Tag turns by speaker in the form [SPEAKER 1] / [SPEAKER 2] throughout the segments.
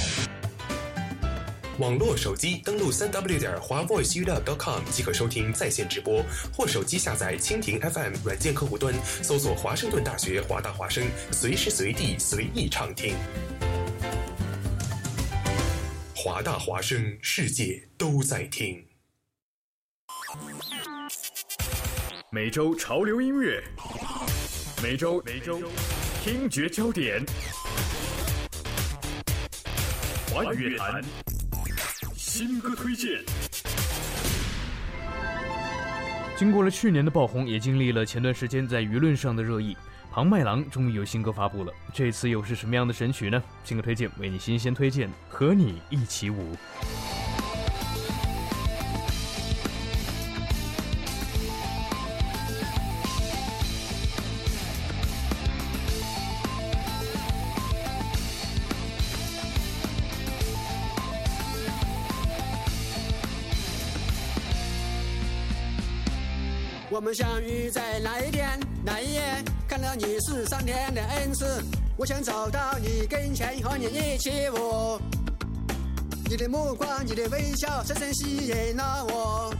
[SPEAKER 1] 网络手机登录三 w 点华 voice u p .com 即可收听在线直播，或手机下载蜻蜓 FM 软件客户端，搜索华盛顿大学华大华声，随时随地随意畅听。华大华声，世界都在听。
[SPEAKER 2] 每周潮流音乐，每周每周听觉焦点，华语乐坛新歌推荐。
[SPEAKER 3] 经过了去年的爆红，也经历了前段时间在舆论上的热议，庞麦郎终于有新歌发布了。这次又是什么样的神曲呢？新歌推荐为你新鲜推荐，和你一起舞。
[SPEAKER 4] 我们相遇在哪一天哪一夜？看到你是上天的恩赐，我想走到你跟前，和你一起舞。你的目光，你的微笑，深深吸引了我。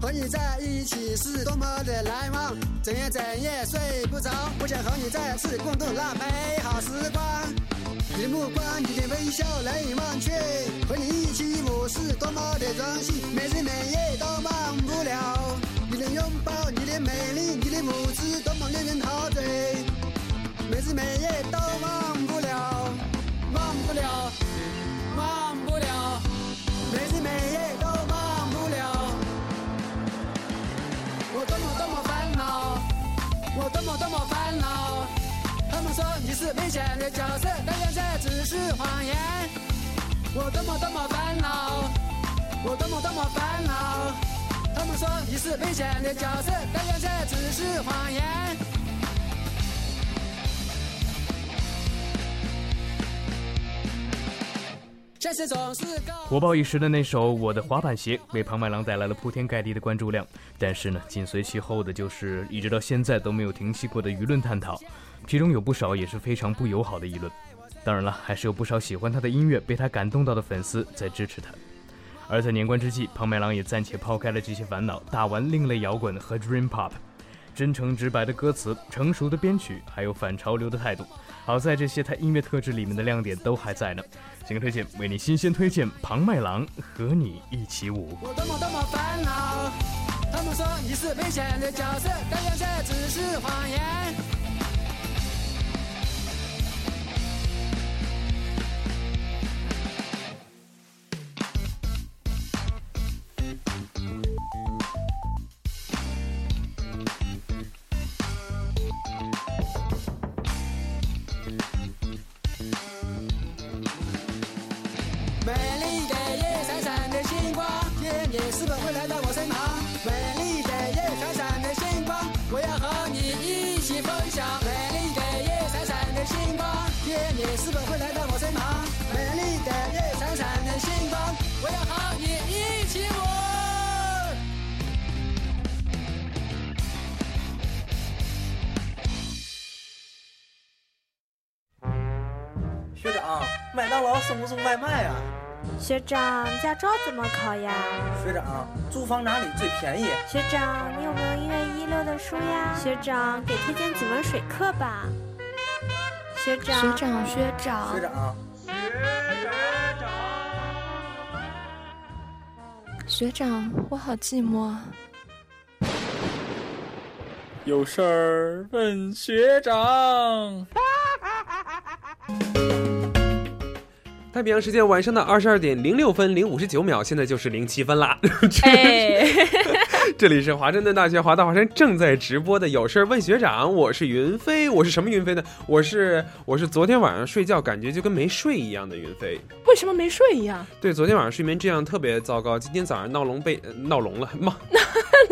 [SPEAKER 4] 和你在一起是多么的难忘，整夜整夜睡不着。我想和你再次共度那美好时光。你的目光，你的微笑难以忘却，和你一起舞是多么的荣幸，每日每夜都忘不了。你的拥抱，你的美丽，你的舞姿，多么令人陶醉，每日每夜都忘不了，忘不了，忘不了，每日每夜都忘不了。我多么多么烦恼，我多么多么烦恼。他们说你是危险的角色，但现在只是谎言。我多么多么烦恼，我多么多么烦恼。他们说你是危险的角色，但现在只是谎言。现实总是告。
[SPEAKER 3] 火爆一时的那首《我的滑板鞋》为庞麦郎带来了铺天盖地的关注量，但是呢，紧随其后的就是一直到现在都没有停息过的舆论探讨，其中有不少也是非常不友好的议论。当然了，还是有不少喜欢他的音乐、被他感动到的粉丝在支持他。而在年关之际，庞麦郎也暂且抛开了这些烦恼，打完另类摇滚和 Dream Pop。真诚直白的歌词，成熟的编曲，还有反潮流的态度。好在这些他音乐特质里面的亮点都还在呢。新歌推荐为你新鲜推荐庞麦郎和你一起舞。
[SPEAKER 4] 我多么多么烦恼。他们说你是危险的角色，但现在只是谎言。
[SPEAKER 5] 起分享美丽的夜闪闪的星光，月你是否会来到我身旁？美丽的夜闪闪的星光，我要和你一起舞。
[SPEAKER 6] 学长，麦当劳送不送外卖啊？
[SPEAKER 7] 学长，驾照怎么考呀？
[SPEAKER 6] 学长，租房哪里最便宜？
[SPEAKER 7] 学长，你有没有一月一六的书呀？学长，给推荐几门水课吧。学长，学长，学长
[SPEAKER 6] 学长，
[SPEAKER 8] 学长，我好寂寞啊。
[SPEAKER 9] 有事儿问学长。
[SPEAKER 10] 太平洋时间晚上的二十二点零六分零五十九秒，现在就是零七分啦。
[SPEAKER 11] 哎，
[SPEAKER 10] 这里是华盛顿大学华大华生正在直播的《有事儿问学长》，我是云飞，我是什么云飞呢？我是我是昨天晚上睡觉感觉就跟没睡一样的云飞。
[SPEAKER 11] 为什么没睡一样？
[SPEAKER 10] 对，昨天晚上睡眠质量特别糟糕，今天早上闹钟被、呃闹聋了，闹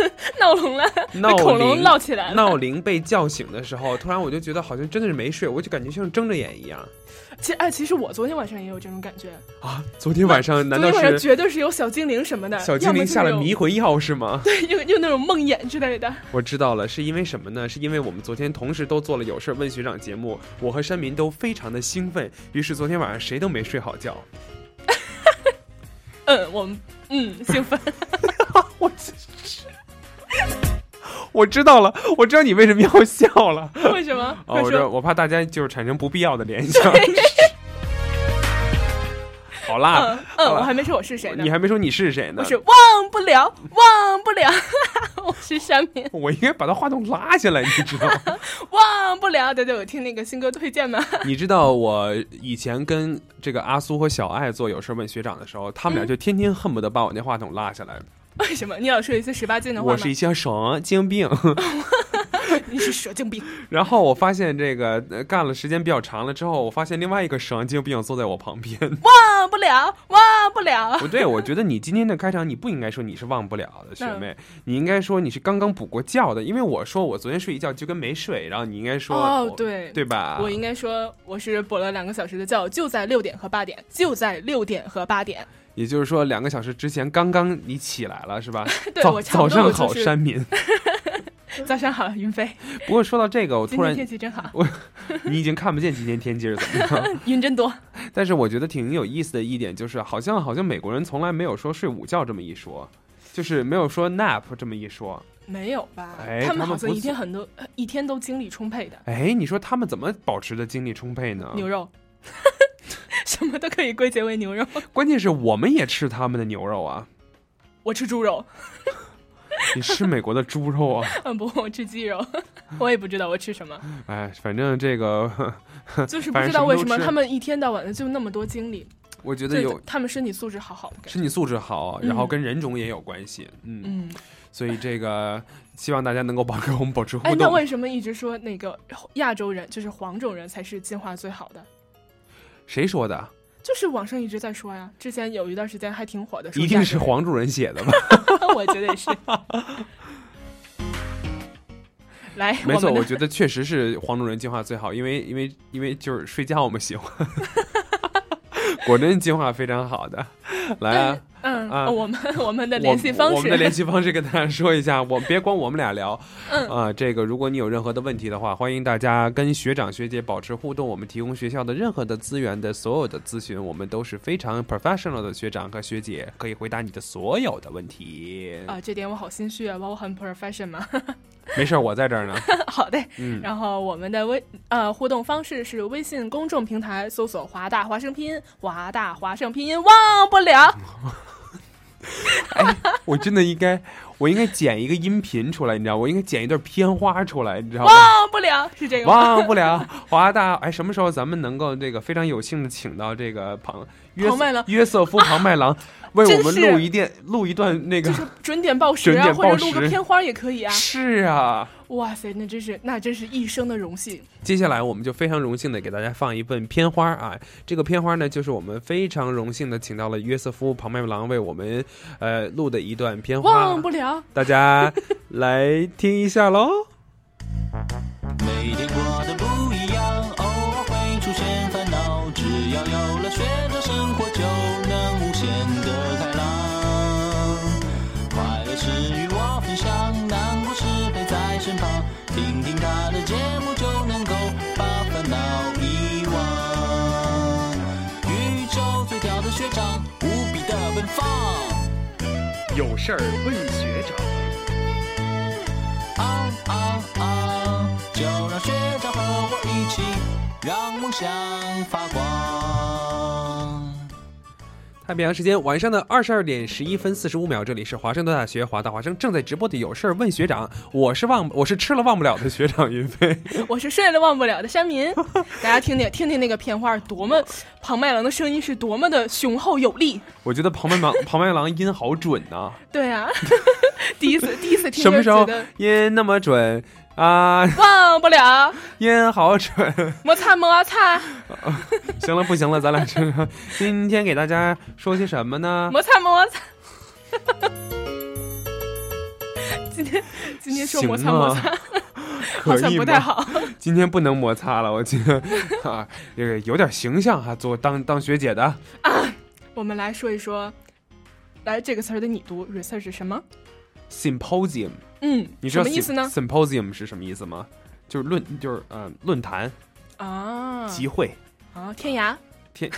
[SPEAKER 11] 闹聋了，被
[SPEAKER 10] 闹
[SPEAKER 11] 恐龙
[SPEAKER 10] 铃
[SPEAKER 11] 闹起来了。
[SPEAKER 10] 闹铃被叫醒的时候，突然我就觉得好像真的是没睡，我就感觉像睁着眼一样
[SPEAKER 11] 其实哎，其实我昨天晚上也有这种感觉，
[SPEAKER 10] 啊！昨天晚上难
[SPEAKER 11] 昨
[SPEAKER 10] 道
[SPEAKER 11] 天晚上
[SPEAKER 10] 是
[SPEAKER 11] 绝对是有小精灵什么的，
[SPEAKER 10] 小精灵下了迷
[SPEAKER 11] 要
[SPEAKER 10] 魂药是吗？
[SPEAKER 11] 么 就那种，又又那种梦魇之类的。
[SPEAKER 10] 我知道了，是因为什么呢？是因为我们昨天同时都做了有事儿问学长节目，我和山民都非常的兴奋，于是昨天晚上谁都没睡好觉。
[SPEAKER 11] 嗯，我们嗯兴奋。
[SPEAKER 10] 我知道了，我知道你为什么要笑了。
[SPEAKER 11] 为什么？
[SPEAKER 10] 哦，
[SPEAKER 11] 快
[SPEAKER 10] 我知道，
[SPEAKER 11] 说。
[SPEAKER 10] 我怕大家就是产生不必要的联 想。好啦
[SPEAKER 11] 嗯，嗯，
[SPEAKER 10] 好
[SPEAKER 11] 我
[SPEAKER 10] 啦
[SPEAKER 11] 还没说我是谁呢。
[SPEAKER 10] 你还没嗯说你是谁呢
[SPEAKER 11] 我？是忘不了，忘不了， 我是山民，
[SPEAKER 10] 我应该把他话筒拉 下来，你知道吗？
[SPEAKER 11] 忘不了。对对，我听那个新歌推荐嘛，
[SPEAKER 10] 你知道我以前跟这个阿苏和小爱做有事儿问学长的时候，他们俩就天天恨不得把我那话筒拉下来。
[SPEAKER 11] 为什么？你老说一些十八禁的话
[SPEAKER 10] 我
[SPEAKER 11] 吗？
[SPEAKER 10] 是一些神经病。
[SPEAKER 11] 你是蛇精病。
[SPEAKER 10] 然后我发现这个、呃干了时间比较长了之后，我发现另外一个神经病坐在我旁边。
[SPEAKER 11] 忘不了，忘不了。
[SPEAKER 10] 不对，我觉得你今天的开场你不应该说你是忘不了的学妹，你应该说你是刚刚补过觉的，因为我说我昨天睡一觉就跟没睡，然后你应该说
[SPEAKER 11] 哦
[SPEAKER 10] 我
[SPEAKER 11] 对
[SPEAKER 10] 对吧？
[SPEAKER 11] 我应该说我是补了两个小时的觉，就在六点和八点，就在六点和八点。
[SPEAKER 10] 也就是说两个小时之前刚刚你起来了是 吧？
[SPEAKER 11] 对
[SPEAKER 10] 早
[SPEAKER 11] 我差
[SPEAKER 10] 早
[SPEAKER 11] 不多
[SPEAKER 10] 上
[SPEAKER 11] 我
[SPEAKER 10] 好
[SPEAKER 11] 就是
[SPEAKER 10] 山民。
[SPEAKER 11] 早上好，云飞，
[SPEAKER 10] 不过说到这个，我
[SPEAKER 11] 今
[SPEAKER 10] 突
[SPEAKER 11] 天
[SPEAKER 10] 然
[SPEAKER 11] 天气真好，
[SPEAKER 10] 你已经看不见今天天气是怎么样。
[SPEAKER 11] 云真多。
[SPEAKER 10] 但是我觉得挺有意思的一点就是，好像好像美国人从来没有说睡午觉这么一说，就是没有说 nap 这么一说。
[SPEAKER 11] 没有吧？
[SPEAKER 10] 哎他
[SPEAKER 11] 他们
[SPEAKER 10] 们
[SPEAKER 11] 好像
[SPEAKER 10] 不
[SPEAKER 11] 一天很多，呃一天都精力充沛的。
[SPEAKER 10] 哎，你说他们怎么保持着精力充沛呢？
[SPEAKER 11] 牛肉， 什么都可以归结为牛肉。
[SPEAKER 10] 关键是我们也吃他们的牛肉啊，
[SPEAKER 11] 我吃猪肉，
[SPEAKER 10] 你吃美国的猪肉啊，
[SPEAKER 11] 嗯，不，我吃鸡肉， 我也不知道我吃什么，
[SPEAKER 10] 哎，反正这个， 呵呵
[SPEAKER 11] 就是不
[SPEAKER 10] 反
[SPEAKER 11] 知
[SPEAKER 10] 正
[SPEAKER 11] 道为
[SPEAKER 10] 都
[SPEAKER 11] 什么
[SPEAKER 10] 吃
[SPEAKER 11] 他们一天到晚的就那么多精力，
[SPEAKER 10] 我觉得
[SPEAKER 11] 对
[SPEAKER 10] 有，
[SPEAKER 11] 他们身体素质好好的感觉。
[SPEAKER 10] 身体素质好，啊然后
[SPEAKER 11] 嗯
[SPEAKER 10] 跟人种也有关系，嗯，
[SPEAKER 11] 嗯，
[SPEAKER 10] 所以这个希望大家能够保持我们保持
[SPEAKER 11] 哎
[SPEAKER 10] 互，
[SPEAKER 11] 那
[SPEAKER 10] 动。
[SPEAKER 11] 为什么一直说那个亚洲人就是黄种人才是进化最好的？
[SPEAKER 10] 谁说的？
[SPEAKER 11] 就是网上一直在说呀，之前有一段时间还挺火的，说
[SPEAKER 10] 一定
[SPEAKER 11] 亚
[SPEAKER 10] 是
[SPEAKER 11] 洲人，
[SPEAKER 10] 黄主任写的吧？
[SPEAKER 11] 我觉得也是。来，
[SPEAKER 10] 没错，
[SPEAKER 11] 我
[SPEAKER 10] 我
[SPEAKER 11] 们的
[SPEAKER 10] 觉得确实是黄种人进化最好，因为因为因为就是睡觉我们喜欢， 果真进化非常好的。来啊，
[SPEAKER 11] 嗯，
[SPEAKER 10] 啊
[SPEAKER 11] 我们我们的
[SPEAKER 10] 我
[SPEAKER 11] 联系方
[SPEAKER 10] 我
[SPEAKER 11] 式
[SPEAKER 10] 们的联系方式跟大家说一下，我别光我们俩聊，
[SPEAKER 11] 嗯
[SPEAKER 10] 啊，这个如果你有任何的问题的话，欢迎大家跟学长学姐保持互动，我们提供学校的任何的资源的所有的咨询，我们都是非常 professional 的学长和学姐，可以回答你的所有的问题。
[SPEAKER 11] 啊，这点我好心虚啊，哇我很 profession 嘛。
[SPEAKER 10] 没事儿，我在这儿呢。
[SPEAKER 11] 好的，
[SPEAKER 10] 嗯
[SPEAKER 11] 然后我们的微呃互动方式是微信公众平台搜索“华大华声拼音”，华大华声拼音忘不了。
[SPEAKER 10] 我真的应该，我应该剪一个音频出来，你知道，我应该剪一段片花出来，你知道吗？
[SPEAKER 11] 忘不了是这个吗？
[SPEAKER 10] 忘不了华大，哎，什么时候咱们能够这个非常有幸的请到这个庞约
[SPEAKER 11] 庞麦郎
[SPEAKER 10] 约瑟夫庞麦郎、 为我们
[SPEAKER 11] 真是
[SPEAKER 10] 录一电录一段那个
[SPEAKER 11] 就是准点报时
[SPEAKER 10] 准
[SPEAKER 11] 啊，
[SPEAKER 10] 点
[SPEAKER 11] 或者
[SPEAKER 10] 报
[SPEAKER 11] 录个
[SPEAKER 10] 时
[SPEAKER 11] 片花也可以啊。
[SPEAKER 10] 是啊。
[SPEAKER 11] 哇塞，那真是那真是一生的荣幸。
[SPEAKER 10] 接下来我们就非常荣幸的给大家放一份片花啊，这个片花呢就是我们非常荣幸的请到了约瑟夫庞麦郎为我们呃录的一段片花，
[SPEAKER 11] 忘不了，
[SPEAKER 10] 大家来听一下喽。
[SPEAKER 9] 每
[SPEAKER 12] 天过得不一样，偶尔会出现烦恼，只要有了学着生活，就能无限的开朗。快乐是与我分享，难过时陪在身旁，听听他的节目就能够把烦恼遗忘。宇宙最屌的学长，无比的奔放，
[SPEAKER 13] 有事儿问学长。
[SPEAKER 12] 啊啊啊！就让学长和我一起，让梦想发光。
[SPEAKER 10] 太平洋时间晚上的二十二点十一分四十五秒，这里是华盛顿大学华大华生正在直播的有事儿问学长，我是忘我是吃了忘不了的学长云飞，
[SPEAKER 11] 我是睡了忘不了的山民。大家听听听听那个片花，多么庞麦郎的声音是多么的雄厚有力。
[SPEAKER 10] 我觉得庞麦郎庞麦郎音好准呐、
[SPEAKER 11] 对啊， 第一次第一次听
[SPEAKER 10] 什
[SPEAKER 11] 就
[SPEAKER 10] 么时
[SPEAKER 11] 觉
[SPEAKER 10] 候
[SPEAKER 11] 得
[SPEAKER 10] 音那么准啊？
[SPEAKER 11] 忘不了，
[SPEAKER 10] 音好准。
[SPEAKER 11] 摩擦摩擦
[SPEAKER 10] 行了，不行了，咱俩这个今天给大家说些什么呢？
[SPEAKER 11] 摩擦摩擦。 今天今天说摩擦
[SPEAKER 10] 行啊
[SPEAKER 11] 摩擦，好
[SPEAKER 10] 可
[SPEAKER 11] 像
[SPEAKER 10] 以
[SPEAKER 11] 不
[SPEAKER 10] 吗
[SPEAKER 11] 太好。
[SPEAKER 10] 今天不能摩擦了，我觉得 啊，这个有点形象哈、做当当学姐的
[SPEAKER 11] 我们来说一说，来这个词儿得你读，research 是什么？
[SPEAKER 10] symposium，
[SPEAKER 11] 嗯
[SPEAKER 10] 你知道
[SPEAKER 11] 什么意思呢
[SPEAKER 10] sym- Symposium 是什么意思吗？就是论，就是呃，论坛、
[SPEAKER 11] 啊，
[SPEAKER 10] 集会，
[SPEAKER 11] 啊，天涯。
[SPEAKER 10] 天，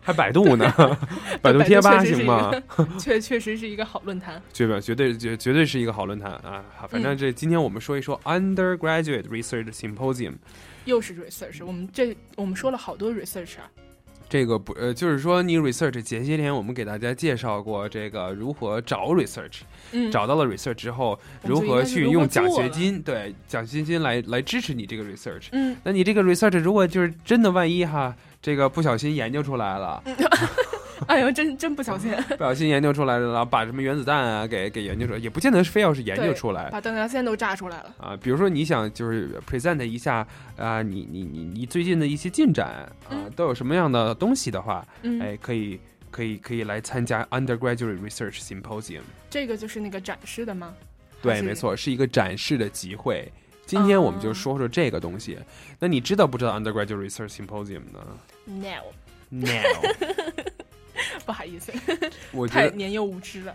[SPEAKER 10] 还百度呢， 百度贴吧行吗？
[SPEAKER 11] 确确实是一个好论坛。
[SPEAKER 10] 绝对绝对绝绝对是一个好论坛啊！好反正
[SPEAKER 11] 嗯
[SPEAKER 10] 这今天我们说一说 undergraduate research symposium，
[SPEAKER 11] 又是 research，我们这我们说了好多 research 啊，
[SPEAKER 10] 这个不呃，就是说你 research 前些天我们给大家介绍过这个如何找 research，、
[SPEAKER 11] 嗯
[SPEAKER 10] 找到了 research 之后，
[SPEAKER 11] 我们
[SPEAKER 10] 如
[SPEAKER 11] 就应
[SPEAKER 10] 何
[SPEAKER 11] 该是
[SPEAKER 10] 去
[SPEAKER 11] 如何
[SPEAKER 10] 用奖
[SPEAKER 11] 做
[SPEAKER 10] 学
[SPEAKER 11] 了
[SPEAKER 10] 金，对奖学金来来支持你这个 research。
[SPEAKER 11] 嗯，
[SPEAKER 10] 那你这个 research 如果就是真的万一哈，这个不小心研究出来 了，
[SPEAKER 11] 哎呦，真真不小心，
[SPEAKER 10] 不小心研究出来了，然后把什么原子弹啊给给研究出来，也不见得是非要是研究
[SPEAKER 11] 对
[SPEAKER 10] 出来，
[SPEAKER 11] 把邓阳线都炸出来了。
[SPEAKER 10] 啊，比如说你想就是 present 一下啊、你你你你最近的一些进展啊、都有什么样的东西的话，
[SPEAKER 11] 嗯
[SPEAKER 10] 哎，可以可以可以来参加 undergraduate research symposium。
[SPEAKER 11] 这个就是那个展示的吗？还
[SPEAKER 10] 对，
[SPEAKER 11] 是啊
[SPEAKER 10] 没错，是一个展示的集会。今天我们就说说这个东西。那你知道不知道 undergraduate research symposium 呢
[SPEAKER 11] No，
[SPEAKER 10] ？No，
[SPEAKER 11] 不好意思，
[SPEAKER 10] 呃我觉
[SPEAKER 11] 太
[SPEAKER 10] 得
[SPEAKER 11] 年幼无知了。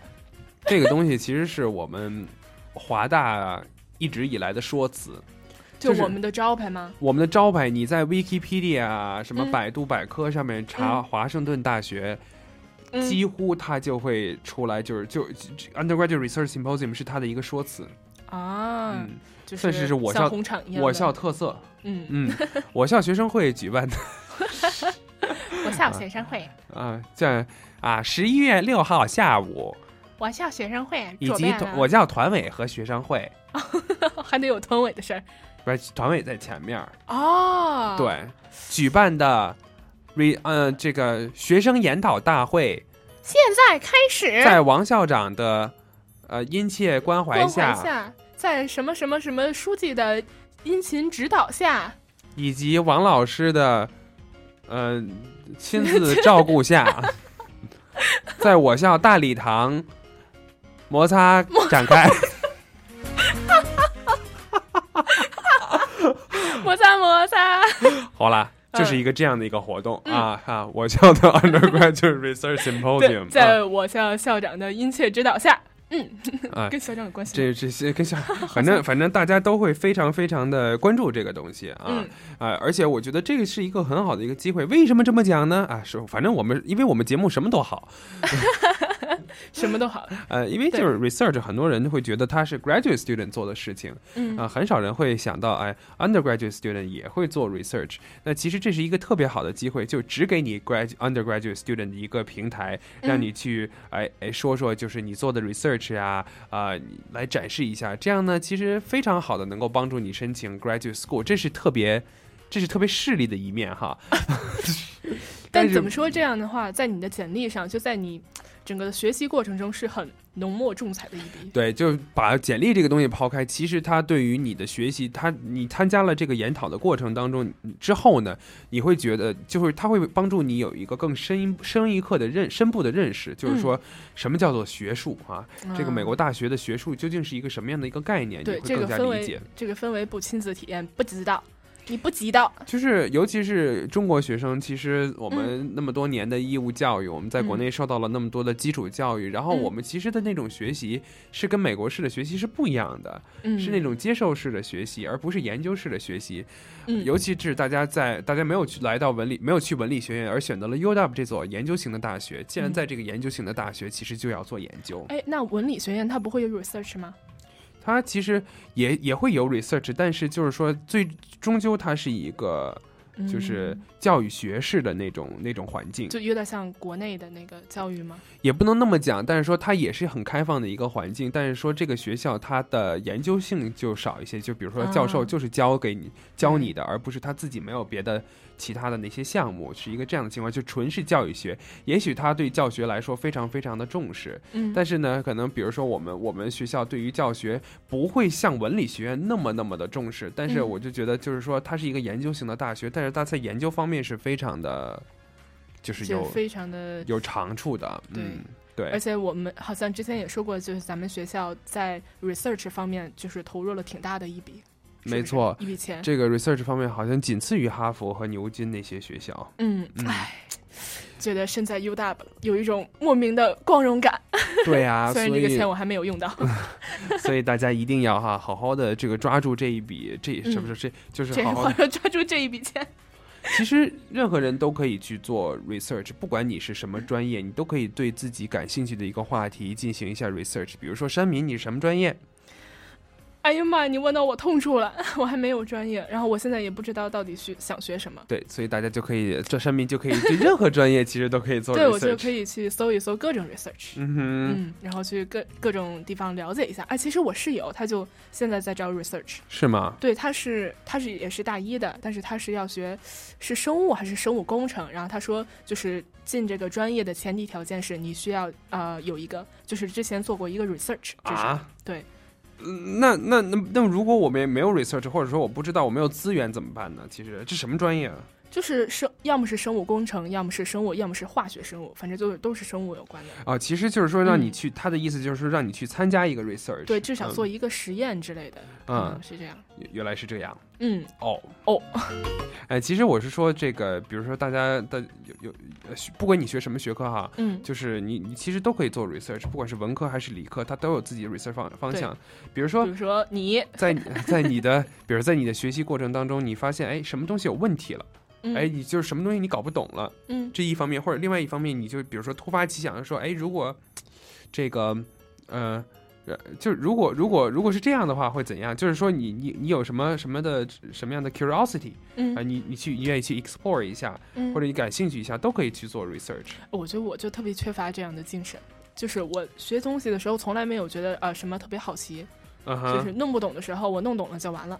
[SPEAKER 10] 这个东西其实是我们华大一直以来的说辞。
[SPEAKER 11] 就
[SPEAKER 10] 就是
[SPEAKER 11] 我们的招牌吗？
[SPEAKER 10] 我们的招牌，你在 Wikipedia 啊、什么
[SPEAKER 11] 嗯
[SPEAKER 10] 百度百科上面查
[SPEAKER 11] 嗯
[SPEAKER 10] 华盛顿大学，
[SPEAKER 11] 嗯
[SPEAKER 10] 几乎它就会出来，就是就就就 undergraduate research symposium 是它的一个说辞，
[SPEAKER 11] 啊，
[SPEAKER 10] 嗯
[SPEAKER 11] 就
[SPEAKER 10] 算是是我
[SPEAKER 11] 像
[SPEAKER 10] 校
[SPEAKER 11] 红场一样的，
[SPEAKER 10] 我校特色。
[SPEAKER 11] 嗯
[SPEAKER 10] 嗯，我校学生会举办的 嗯
[SPEAKER 11] 我校学生会，
[SPEAKER 10] 啊，在啊十一月六号下午，
[SPEAKER 11] 我校学生会
[SPEAKER 10] 以
[SPEAKER 11] 左
[SPEAKER 10] 及
[SPEAKER 11] 边
[SPEAKER 10] 团
[SPEAKER 11] 啊
[SPEAKER 10] 我校团委和学生会，
[SPEAKER 11] 还得有团委的事儿
[SPEAKER 10] 不是团委在前面儿，
[SPEAKER 11] 哦。，
[SPEAKER 10] 对，举办的 re 嗯、这个学生研讨大会。
[SPEAKER 11] 现在开始
[SPEAKER 10] 在王校长的呃殷切关怀
[SPEAKER 11] 关
[SPEAKER 10] 下，
[SPEAKER 11] 怀下，在什么什么什么书记的殷勤指导下，
[SPEAKER 10] 以及王老师的呃 亲自照顾 下，在我校大礼堂摩擦展 开。
[SPEAKER 11] 摩擦摩擦，
[SPEAKER 10] 好啦，这是一个这样的一个活动、啊哈、我校的 undergraduate research
[SPEAKER 11] 对，
[SPEAKER 10] symposium
[SPEAKER 11] 在
[SPEAKER 10] 啊，
[SPEAKER 11] 我校校长的殷切指导下，嗯，
[SPEAKER 10] 啊
[SPEAKER 11] 跟校长有关系吗。
[SPEAKER 10] 这这些跟 小，反正反正大家都会非常非常的关注这个东西啊。
[SPEAKER 11] 嗯
[SPEAKER 10] 啊，而且我觉得这个是一个很好的一个机会。为什么这么讲呢？啊，是反正我们因为我们节目什么都好，
[SPEAKER 11] 什么都 好，
[SPEAKER 10] 呃，因为就是 research，很多人会觉得它是 graduate student 做的事情，
[SPEAKER 11] 嗯
[SPEAKER 10] 啊、很少人会想到，哎，undergraduate student 也会做 research。那其实这是一个特别好的机会，就只给你 grad undergraduate student 的一个平台，让
[SPEAKER 11] 嗯
[SPEAKER 10] 你去，哎哎，说说就是你做的 research 呀、啊，你来展示一下。这样呢，其实非常好的能够帮助你申请 graduate school，这是特别，这是特别势利的一面哈。
[SPEAKER 11] 但
[SPEAKER 10] 是
[SPEAKER 11] 怎么说这样的话，在你的简历上，就在你整个的学习过程中是很浓墨重彩的一笔。
[SPEAKER 10] 对，就是把简历这个东西抛开，其实它对于你的学习，它你参加了这个研讨的过程当中之后呢，你会觉得就是它会帮助你有一个更深深一刻的认深步的认识，就是说什么叫做学术啊？
[SPEAKER 11] 嗯
[SPEAKER 10] 这个美国大学的学术究竟是一个什么样的一个概念？你
[SPEAKER 11] 对
[SPEAKER 10] 会
[SPEAKER 11] 这个
[SPEAKER 10] 更加
[SPEAKER 11] 氛
[SPEAKER 10] 理
[SPEAKER 11] 围
[SPEAKER 10] 解。，
[SPEAKER 11] 这个氛围不亲自体验不知道，你不知道。
[SPEAKER 10] 就是，尤其是中国学生，其实
[SPEAKER 11] 嗯
[SPEAKER 10] 我们那么多年的义务教育，我们在国内受到了那么多的基础教育，然后
[SPEAKER 11] 嗯
[SPEAKER 10] 我们其实的那种学习是跟美国式的学习是不一样的，
[SPEAKER 11] 嗯
[SPEAKER 10] 是那种接受式的学习，而不是研究式的学习。
[SPEAKER 11] 嗯
[SPEAKER 10] 尤其是大家在大家没有去来到文理，没有去文理学院，而选择了 UW 这所研究型的大学。既然
[SPEAKER 11] 嗯
[SPEAKER 10] 在这个研究型的大学，其实就要做研究。
[SPEAKER 11] 哎，那文理学院它不会有 research 吗？
[SPEAKER 10] 它其实也也会有 research，但是就是说最终究它是一个
[SPEAKER 11] 嗯
[SPEAKER 10] 就是教育学式的那种那种环境，
[SPEAKER 11] 就有点像国内的那个教育吗？
[SPEAKER 10] 也不能那么讲，但是说它也是很开放的一个环境，但是说这个学校它的研究性就少一些，就比如说教授
[SPEAKER 11] 啊
[SPEAKER 10] 就是教给你、教
[SPEAKER 11] 嗯
[SPEAKER 10] 你的，而不是他自己没有别的其他的那些项目，是一个这样的情况，就纯是教育学。也许他对教学来说非常非常的重视，
[SPEAKER 11] 嗯
[SPEAKER 10] 但是呢，可能比如说我们我们学校对于教学不会像文理学院那么那么的重视，但是
[SPEAKER 11] 嗯
[SPEAKER 10] 我就觉得就是说它是一个研究型的大学，但是它在研究方面是非常的，就是
[SPEAKER 11] 就
[SPEAKER 10] 有
[SPEAKER 11] 非常的
[SPEAKER 10] 有长处的，
[SPEAKER 11] 对
[SPEAKER 10] 嗯，对，
[SPEAKER 11] 而且我们好像之前也说过，就是咱们学校在 research 方面就是投入了挺大的一笔。
[SPEAKER 10] 没错，
[SPEAKER 11] 一笔钱
[SPEAKER 10] 这个 research 方面好像仅次于哈佛和牛津那些学 校。
[SPEAKER 11] 嗯，唉，觉得身在 U w 有一种莫名的光荣感。
[SPEAKER 10] 对啊
[SPEAKER 11] 虽然这
[SPEAKER 10] 所
[SPEAKER 11] 个
[SPEAKER 10] 以
[SPEAKER 11] 钱我还没有用到。
[SPEAKER 10] 所以大家一定要哈好好的这个抓住这一笔，这
[SPEAKER 11] 嗯
[SPEAKER 10] 什么时候这就是
[SPEAKER 11] 这
[SPEAKER 10] 好好
[SPEAKER 11] 我
[SPEAKER 10] 的。
[SPEAKER 11] 要抓住这一笔钱。
[SPEAKER 10] 其实任何人都可以去做 research，不管你是什么专业，你都可以对自己感兴趣的一个话题进行一下 research。比如说山民，你是什么专业？
[SPEAKER 11] 哎呀妈呀，你问到我痛处了，我还没有专业，然后我现在也不知道到底学想学什么。
[SPEAKER 10] 对，所以大家就可以，这山民就可以对任何专业其实都可以做哦 research。
[SPEAKER 11] 对，我就可以去搜一搜各种 research。
[SPEAKER 10] 嗯哼，
[SPEAKER 11] 嗯，然后去各各种地方了解一下。哎，其实我室友他就现在在招 research，
[SPEAKER 10] 是吗？
[SPEAKER 11] 对，他是他是也是大一的，但是他是要学是生物还是生物工程。然后他说，就是进这个专业的前提条件是你需要呃有一个，就是之前做过一个 research，就是、
[SPEAKER 10] 啊
[SPEAKER 11] 对，
[SPEAKER 10] 嗯那那那那，如果我们也没有 research，或者说我不知道我没有资源怎么办呢？其实这什么专业啊？
[SPEAKER 11] 就是生要么是生物工程，要么是生物，要么是化学生物，反正就是都是生物有关的。
[SPEAKER 10] 啊，其实就是说让
[SPEAKER 11] 嗯
[SPEAKER 10] 你去，他的意思就是说让你去参加一个 research，
[SPEAKER 11] 对，至少
[SPEAKER 10] 嗯
[SPEAKER 11] 做一个实验之类的，
[SPEAKER 10] 嗯
[SPEAKER 11] 嗯，是这样，
[SPEAKER 10] 原原来是这样
[SPEAKER 11] 嗯，
[SPEAKER 10] 哦。
[SPEAKER 11] 哦，
[SPEAKER 10] 哎，其实我是说这个，比如说大家的有有，呃学不管你学什么学科哈，
[SPEAKER 11] 嗯
[SPEAKER 10] 就是你你其实都可以做 research，不管是文科还是理科，它都有自己的 research 方方
[SPEAKER 11] 对
[SPEAKER 10] 向。比如说，
[SPEAKER 11] 比如说你
[SPEAKER 10] 在你在你的，比如在你的学习过程当中，你发现哎什么东西有问题了，
[SPEAKER 11] 嗯
[SPEAKER 10] 哎你就是什么东西你搞不懂了，
[SPEAKER 11] 嗯
[SPEAKER 10] 这一方面，或者另外一方面，你就比如说突发奇想的说，哎，如果这个呃。呃，就是如果如果如果是这样的话，会怎样？就是说你你你有什么什么的什么样的 curiosity 啊、
[SPEAKER 11] 嗯
[SPEAKER 10] 你你去你愿意去 explore 一下，
[SPEAKER 11] 嗯
[SPEAKER 10] 或者你感兴趣一下，都可以去做 research。
[SPEAKER 11] 我觉得我就特别缺乏这样的精神，就是我学东西的时候从来没有觉得呃什么特别好奇，
[SPEAKER 10] 嗯哼，
[SPEAKER 11] 就是弄不懂的时候我弄懂了就完了。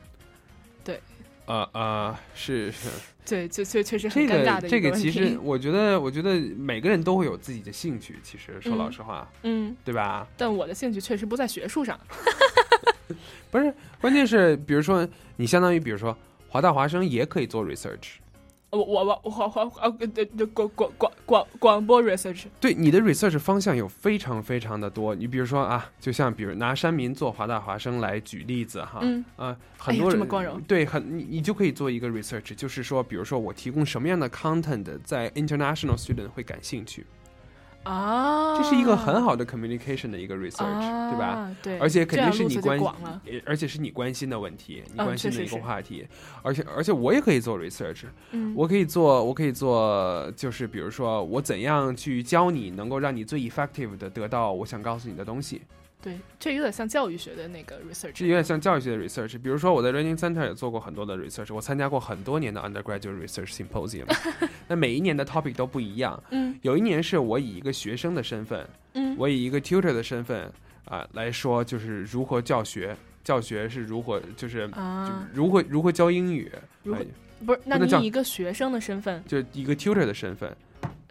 [SPEAKER 11] 对
[SPEAKER 10] 呃呃，是是，
[SPEAKER 11] 对，就确确实很
[SPEAKER 10] 这
[SPEAKER 11] 尴尬
[SPEAKER 10] 个
[SPEAKER 11] 的一
[SPEAKER 10] 这
[SPEAKER 11] 个
[SPEAKER 10] 个
[SPEAKER 11] 问
[SPEAKER 10] 其实
[SPEAKER 11] 题。
[SPEAKER 10] 我觉得，我觉得每个人都会有自己的兴趣。其实说老
[SPEAKER 11] 嗯
[SPEAKER 10] 实话，
[SPEAKER 11] 嗯，
[SPEAKER 10] 对吧？
[SPEAKER 11] 但我的兴趣确实不在学术上。
[SPEAKER 10] 不是，关键是比如说你相当于比如说华大华生也可以做 research，
[SPEAKER 11] 我我我我我我呃对对广广广广广播 research，
[SPEAKER 10] 对你的 research 方向有非常非常的多。你比如说啊，就像比如拿山民做华大华生来举例子哈，
[SPEAKER 11] 嗯
[SPEAKER 10] 啊，
[SPEAKER 11] 哎
[SPEAKER 10] 很
[SPEAKER 11] 呀
[SPEAKER 10] 多人、
[SPEAKER 11] 这么光荣
[SPEAKER 10] 对，很你你就可以做一个 research，就是说，比如说我提供什么样的 content 在 international student 会感兴趣，
[SPEAKER 11] 啊，
[SPEAKER 10] 这是一个很好的 communication 的一个 research，、
[SPEAKER 11] 啊
[SPEAKER 10] 对吧？
[SPEAKER 11] 对
[SPEAKER 10] 而且肯定是你
[SPEAKER 11] 这样路子就
[SPEAKER 10] 关
[SPEAKER 11] 广了，
[SPEAKER 10] 也而且是你关心的问题，你
[SPEAKER 11] 嗯
[SPEAKER 10] 关心
[SPEAKER 11] 确
[SPEAKER 10] 的
[SPEAKER 11] 实
[SPEAKER 10] 一个
[SPEAKER 11] 是
[SPEAKER 10] 话题，而且而且我也可以做 research，
[SPEAKER 11] 嗯
[SPEAKER 10] 我可以做我可以做，就是比如说我怎样去教你，能够让你最 effective 的得到我想告诉你的东西，
[SPEAKER 11] 对，这有点像教育学的那个 research。
[SPEAKER 10] 这有点像教育学的 research。比如说我在 Learning Center 也做过很多的 research，我参加过很多年的 undergraduate research symposium，那每一年的 topic 都不一样，
[SPEAKER 11] 嗯
[SPEAKER 10] 有一年是我以一个学生的身份，
[SPEAKER 11] 嗯
[SPEAKER 10] 我以一个 tutor 的身份啊、来说，就是如何教学，教学是如何，就是、
[SPEAKER 11] 啊
[SPEAKER 10] 就如何如何教英语，
[SPEAKER 11] 如何
[SPEAKER 10] 哎
[SPEAKER 11] 不是，那
[SPEAKER 10] 不能
[SPEAKER 11] 你
[SPEAKER 10] 叫
[SPEAKER 11] 以一个学生的身份
[SPEAKER 10] 就一个 tutor 的身份，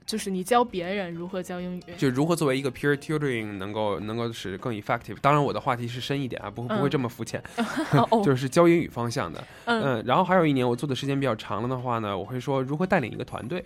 [SPEAKER 11] 就是你教别人如何 教英语，
[SPEAKER 10] 就如何作为一个 peer tutoring 能够能够使更 effective。当然，我的话题是深一点啊，不会不会这么肤浅，
[SPEAKER 11] 哦
[SPEAKER 10] 就是教英语方向的。
[SPEAKER 11] 嗯
[SPEAKER 10] 嗯，然后还有一年我做的时间比较长了的话呢，我会说如何带领一个团队。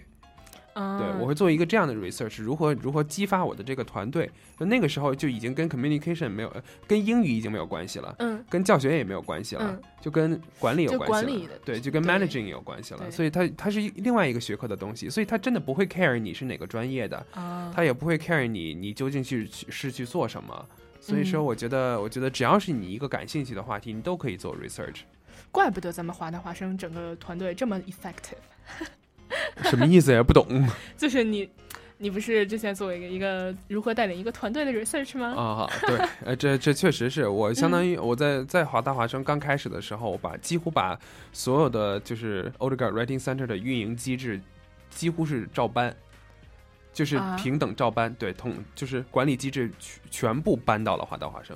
[SPEAKER 11] 啊
[SPEAKER 10] 对，
[SPEAKER 11] 嗯
[SPEAKER 10] 我会做一个这样的 research，如何如何激发我的这个团队。就那个时候就已经跟 communication 没有，跟英语已经没有关系了，
[SPEAKER 11] 嗯
[SPEAKER 10] 跟教学也没有关系了，
[SPEAKER 11] 嗯
[SPEAKER 10] 就跟管理有
[SPEAKER 11] 就
[SPEAKER 10] 关系了，
[SPEAKER 11] 管理的
[SPEAKER 10] 对，就跟 managing 有关系了。所以它它是一另外一个学科的东西，所以它真的不会 care 你是哪个专业的，
[SPEAKER 11] 啊
[SPEAKER 10] 它也不会 care 你你究竟去去是去做什么。所以说，
[SPEAKER 11] 嗯
[SPEAKER 10] 我觉得，我觉得只要是你一个感兴趣的话题，你都可以做 research。
[SPEAKER 11] 怪不得咱们华大华生整个团队这么 effective。
[SPEAKER 10] 什么意思呀？不懂
[SPEAKER 11] 就是你，你不是之前做一个一个如何带领一个团队的 research 吗？
[SPEAKER 10] 啊、对，呃，这这确实是我相当于
[SPEAKER 11] 嗯
[SPEAKER 10] 我在在华大华生刚开始的时候，我把几乎把所有的就是 o d e g a r d Writing Center 的运营机制几乎是照搬，就是
[SPEAKER 11] 啊
[SPEAKER 10] 平等照搬，对，同就是管理机制全全部搬到了华大华生。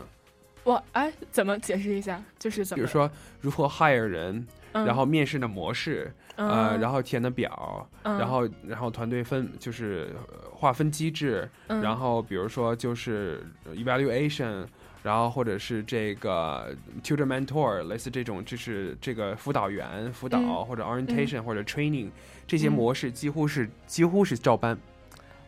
[SPEAKER 11] 我哎，怎么解释一下？就是怎
[SPEAKER 10] 比
[SPEAKER 11] 么？
[SPEAKER 10] 如说如何 hire 人，
[SPEAKER 11] 嗯
[SPEAKER 10] 然后面试的模式，呃，
[SPEAKER 11] 嗯
[SPEAKER 10] 然后填的表，
[SPEAKER 11] 嗯
[SPEAKER 10] 然后然后团队分就是呃划分机制，
[SPEAKER 11] 嗯
[SPEAKER 10] 然后比如说就是呃 evaluation。然后或者是这个 tutor mentor，类似这种，就是这个辅导员辅导、
[SPEAKER 11] 嗯
[SPEAKER 10] 或者 orientation、或者 training 这些
[SPEAKER 11] 嗯
[SPEAKER 10] 模式几乎是、几乎是照搬。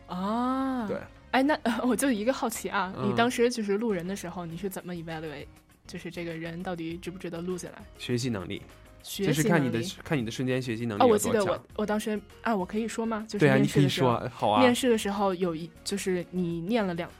[SPEAKER 11] 啊，
[SPEAKER 10] 对。
[SPEAKER 11] 哎，那 我就一个好奇啊，
[SPEAKER 10] 嗯
[SPEAKER 11] 你当时就是录人的时候，你是怎么 evaluate，就是这个人到底值不值得录进来？
[SPEAKER 10] 学习能力，
[SPEAKER 11] 学
[SPEAKER 10] 就是
[SPEAKER 11] 习
[SPEAKER 10] 看你
[SPEAKER 11] 能
[SPEAKER 10] 的
[SPEAKER 11] 力
[SPEAKER 10] 看你的瞬间学习能力
[SPEAKER 11] 啊，
[SPEAKER 10] 有
[SPEAKER 11] 我
[SPEAKER 10] 多
[SPEAKER 11] 记
[SPEAKER 10] 强。
[SPEAKER 11] 得我我当时啊，我可以说吗？就是
[SPEAKER 10] 对啊
[SPEAKER 11] 面
[SPEAKER 10] 你
[SPEAKER 11] 试
[SPEAKER 10] 可以
[SPEAKER 11] 的时候，
[SPEAKER 10] 说好啊
[SPEAKER 11] 面试的时候有一就是你念了两，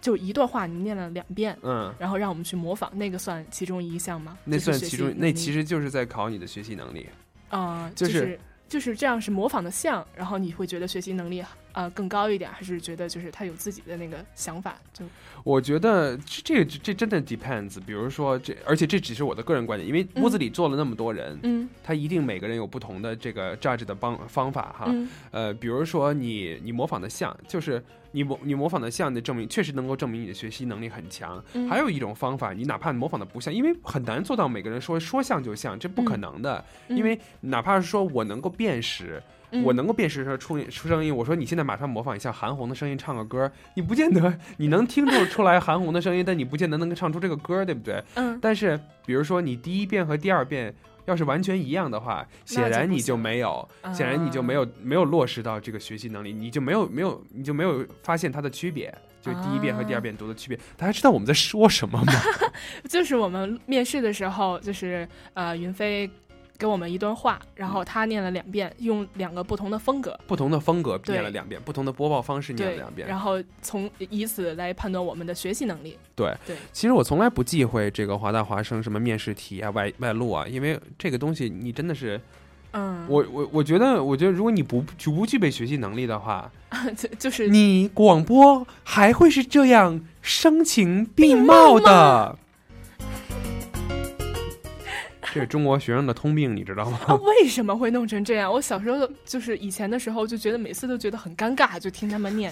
[SPEAKER 11] 就一段话你念了两遍，
[SPEAKER 10] 嗯
[SPEAKER 11] 然后让我们去模仿，那个算其中一项吗？
[SPEAKER 10] 那
[SPEAKER 11] 就是
[SPEAKER 10] 算
[SPEAKER 11] 学
[SPEAKER 10] 其
[SPEAKER 11] 习
[SPEAKER 10] 中，
[SPEAKER 11] 能
[SPEAKER 10] 那
[SPEAKER 11] 力
[SPEAKER 10] 其实就是在考你的学习能力。
[SPEAKER 11] 啊、
[SPEAKER 10] 就
[SPEAKER 11] 就是是就是这样是模仿的像，然后你会觉得学习能力呃更高一点，还是觉得就是他有自己的那个想法？就
[SPEAKER 10] 我觉得这这这这真的 depends。比如说这，而且这只是我的个人观点，因为
[SPEAKER 11] 嗯
[SPEAKER 10] 屋子里坐了那么多人，
[SPEAKER 11] 嗯
[SPEAKER 10] 他一定每个人有不同的这个 judge 的方方法哈。
[SPEAKER 11] 嗯
[SPEAKER 10] 呃，比如说你你模仿的像，就是你模你模仿的像，那证明确实能够证明你的学习能力很强。
[SPEAKER 11] 嗯
[SPEAKER 10] 还有一种方法，你哪怕模仿的不像，因为很难做到每个人说说像就像，这不可能的。
[SPEAKER 11] 嗯
[SPEAKER 10] 因为哪怕是说我能够辨识。
[SPEAKER 11] 嗯
[SPEAKER 10] 我能够辨识出出出声音，我说你现在马上模仿一下韩红的声音唱个歌，你不见得你能听出出来韩红的声音，但你不见得能够唱出这个歌，对不对？
[SPEAKER 11] 嗯
[SPEAKER 10] 但是比如说你第一遍和第二遍要是完全一样的话，显然你就没有，
[SPEAKER 11] 那就不行了啊
[SPEAKER 10] 显然你就没有没有落实到这个学习能力，你就没有没有你就没有发现它的区别，就第一遍和第
[SPEAKER 11] 啊
[SPEAKER 10] 二遍读的区别。大家知道我们在说什么吗？
[SPEAKER 11] 就是我们面试的时候，就是呃云飞给我们一段话，然后他念了两遍，用两个不同的风格。
[SPEAKER 10] 不同的风格
[SPEAKER 11] 对
[SPEAKER 10] 念了两遍，不同的播报方式念了
[SPEAKER 11] 对
[SPEAKER 10] 两，遍，
[SPEAKER 11] 然后从以此来判断我们的学习能力。
[SPEAKER 10] 对，
[SPEAKER 11] 对
[SPEAKER 10] 其实我从来不忌讳这个华大华生什么面试题啊、外外录啊，因为这个东西你真的是，
[SPEAKER 11] 嗯，
[SPEAKER 10] 我我我觉得，我觉得如果你不具不具备学习能力的话，
[SPEAKER 11] 就就是
[SPEAKER 10] 你广播还会是这样声情并茂的。 这是中国学生的通病，你知道
[SPEAKER 11] 啊，
[SPEAKER 10] 吗？
[SPEAKER 11] 为什么会弄成这样？我小时候就是以前的时候，就觉得每次都觉得很尴尬，就听他们念，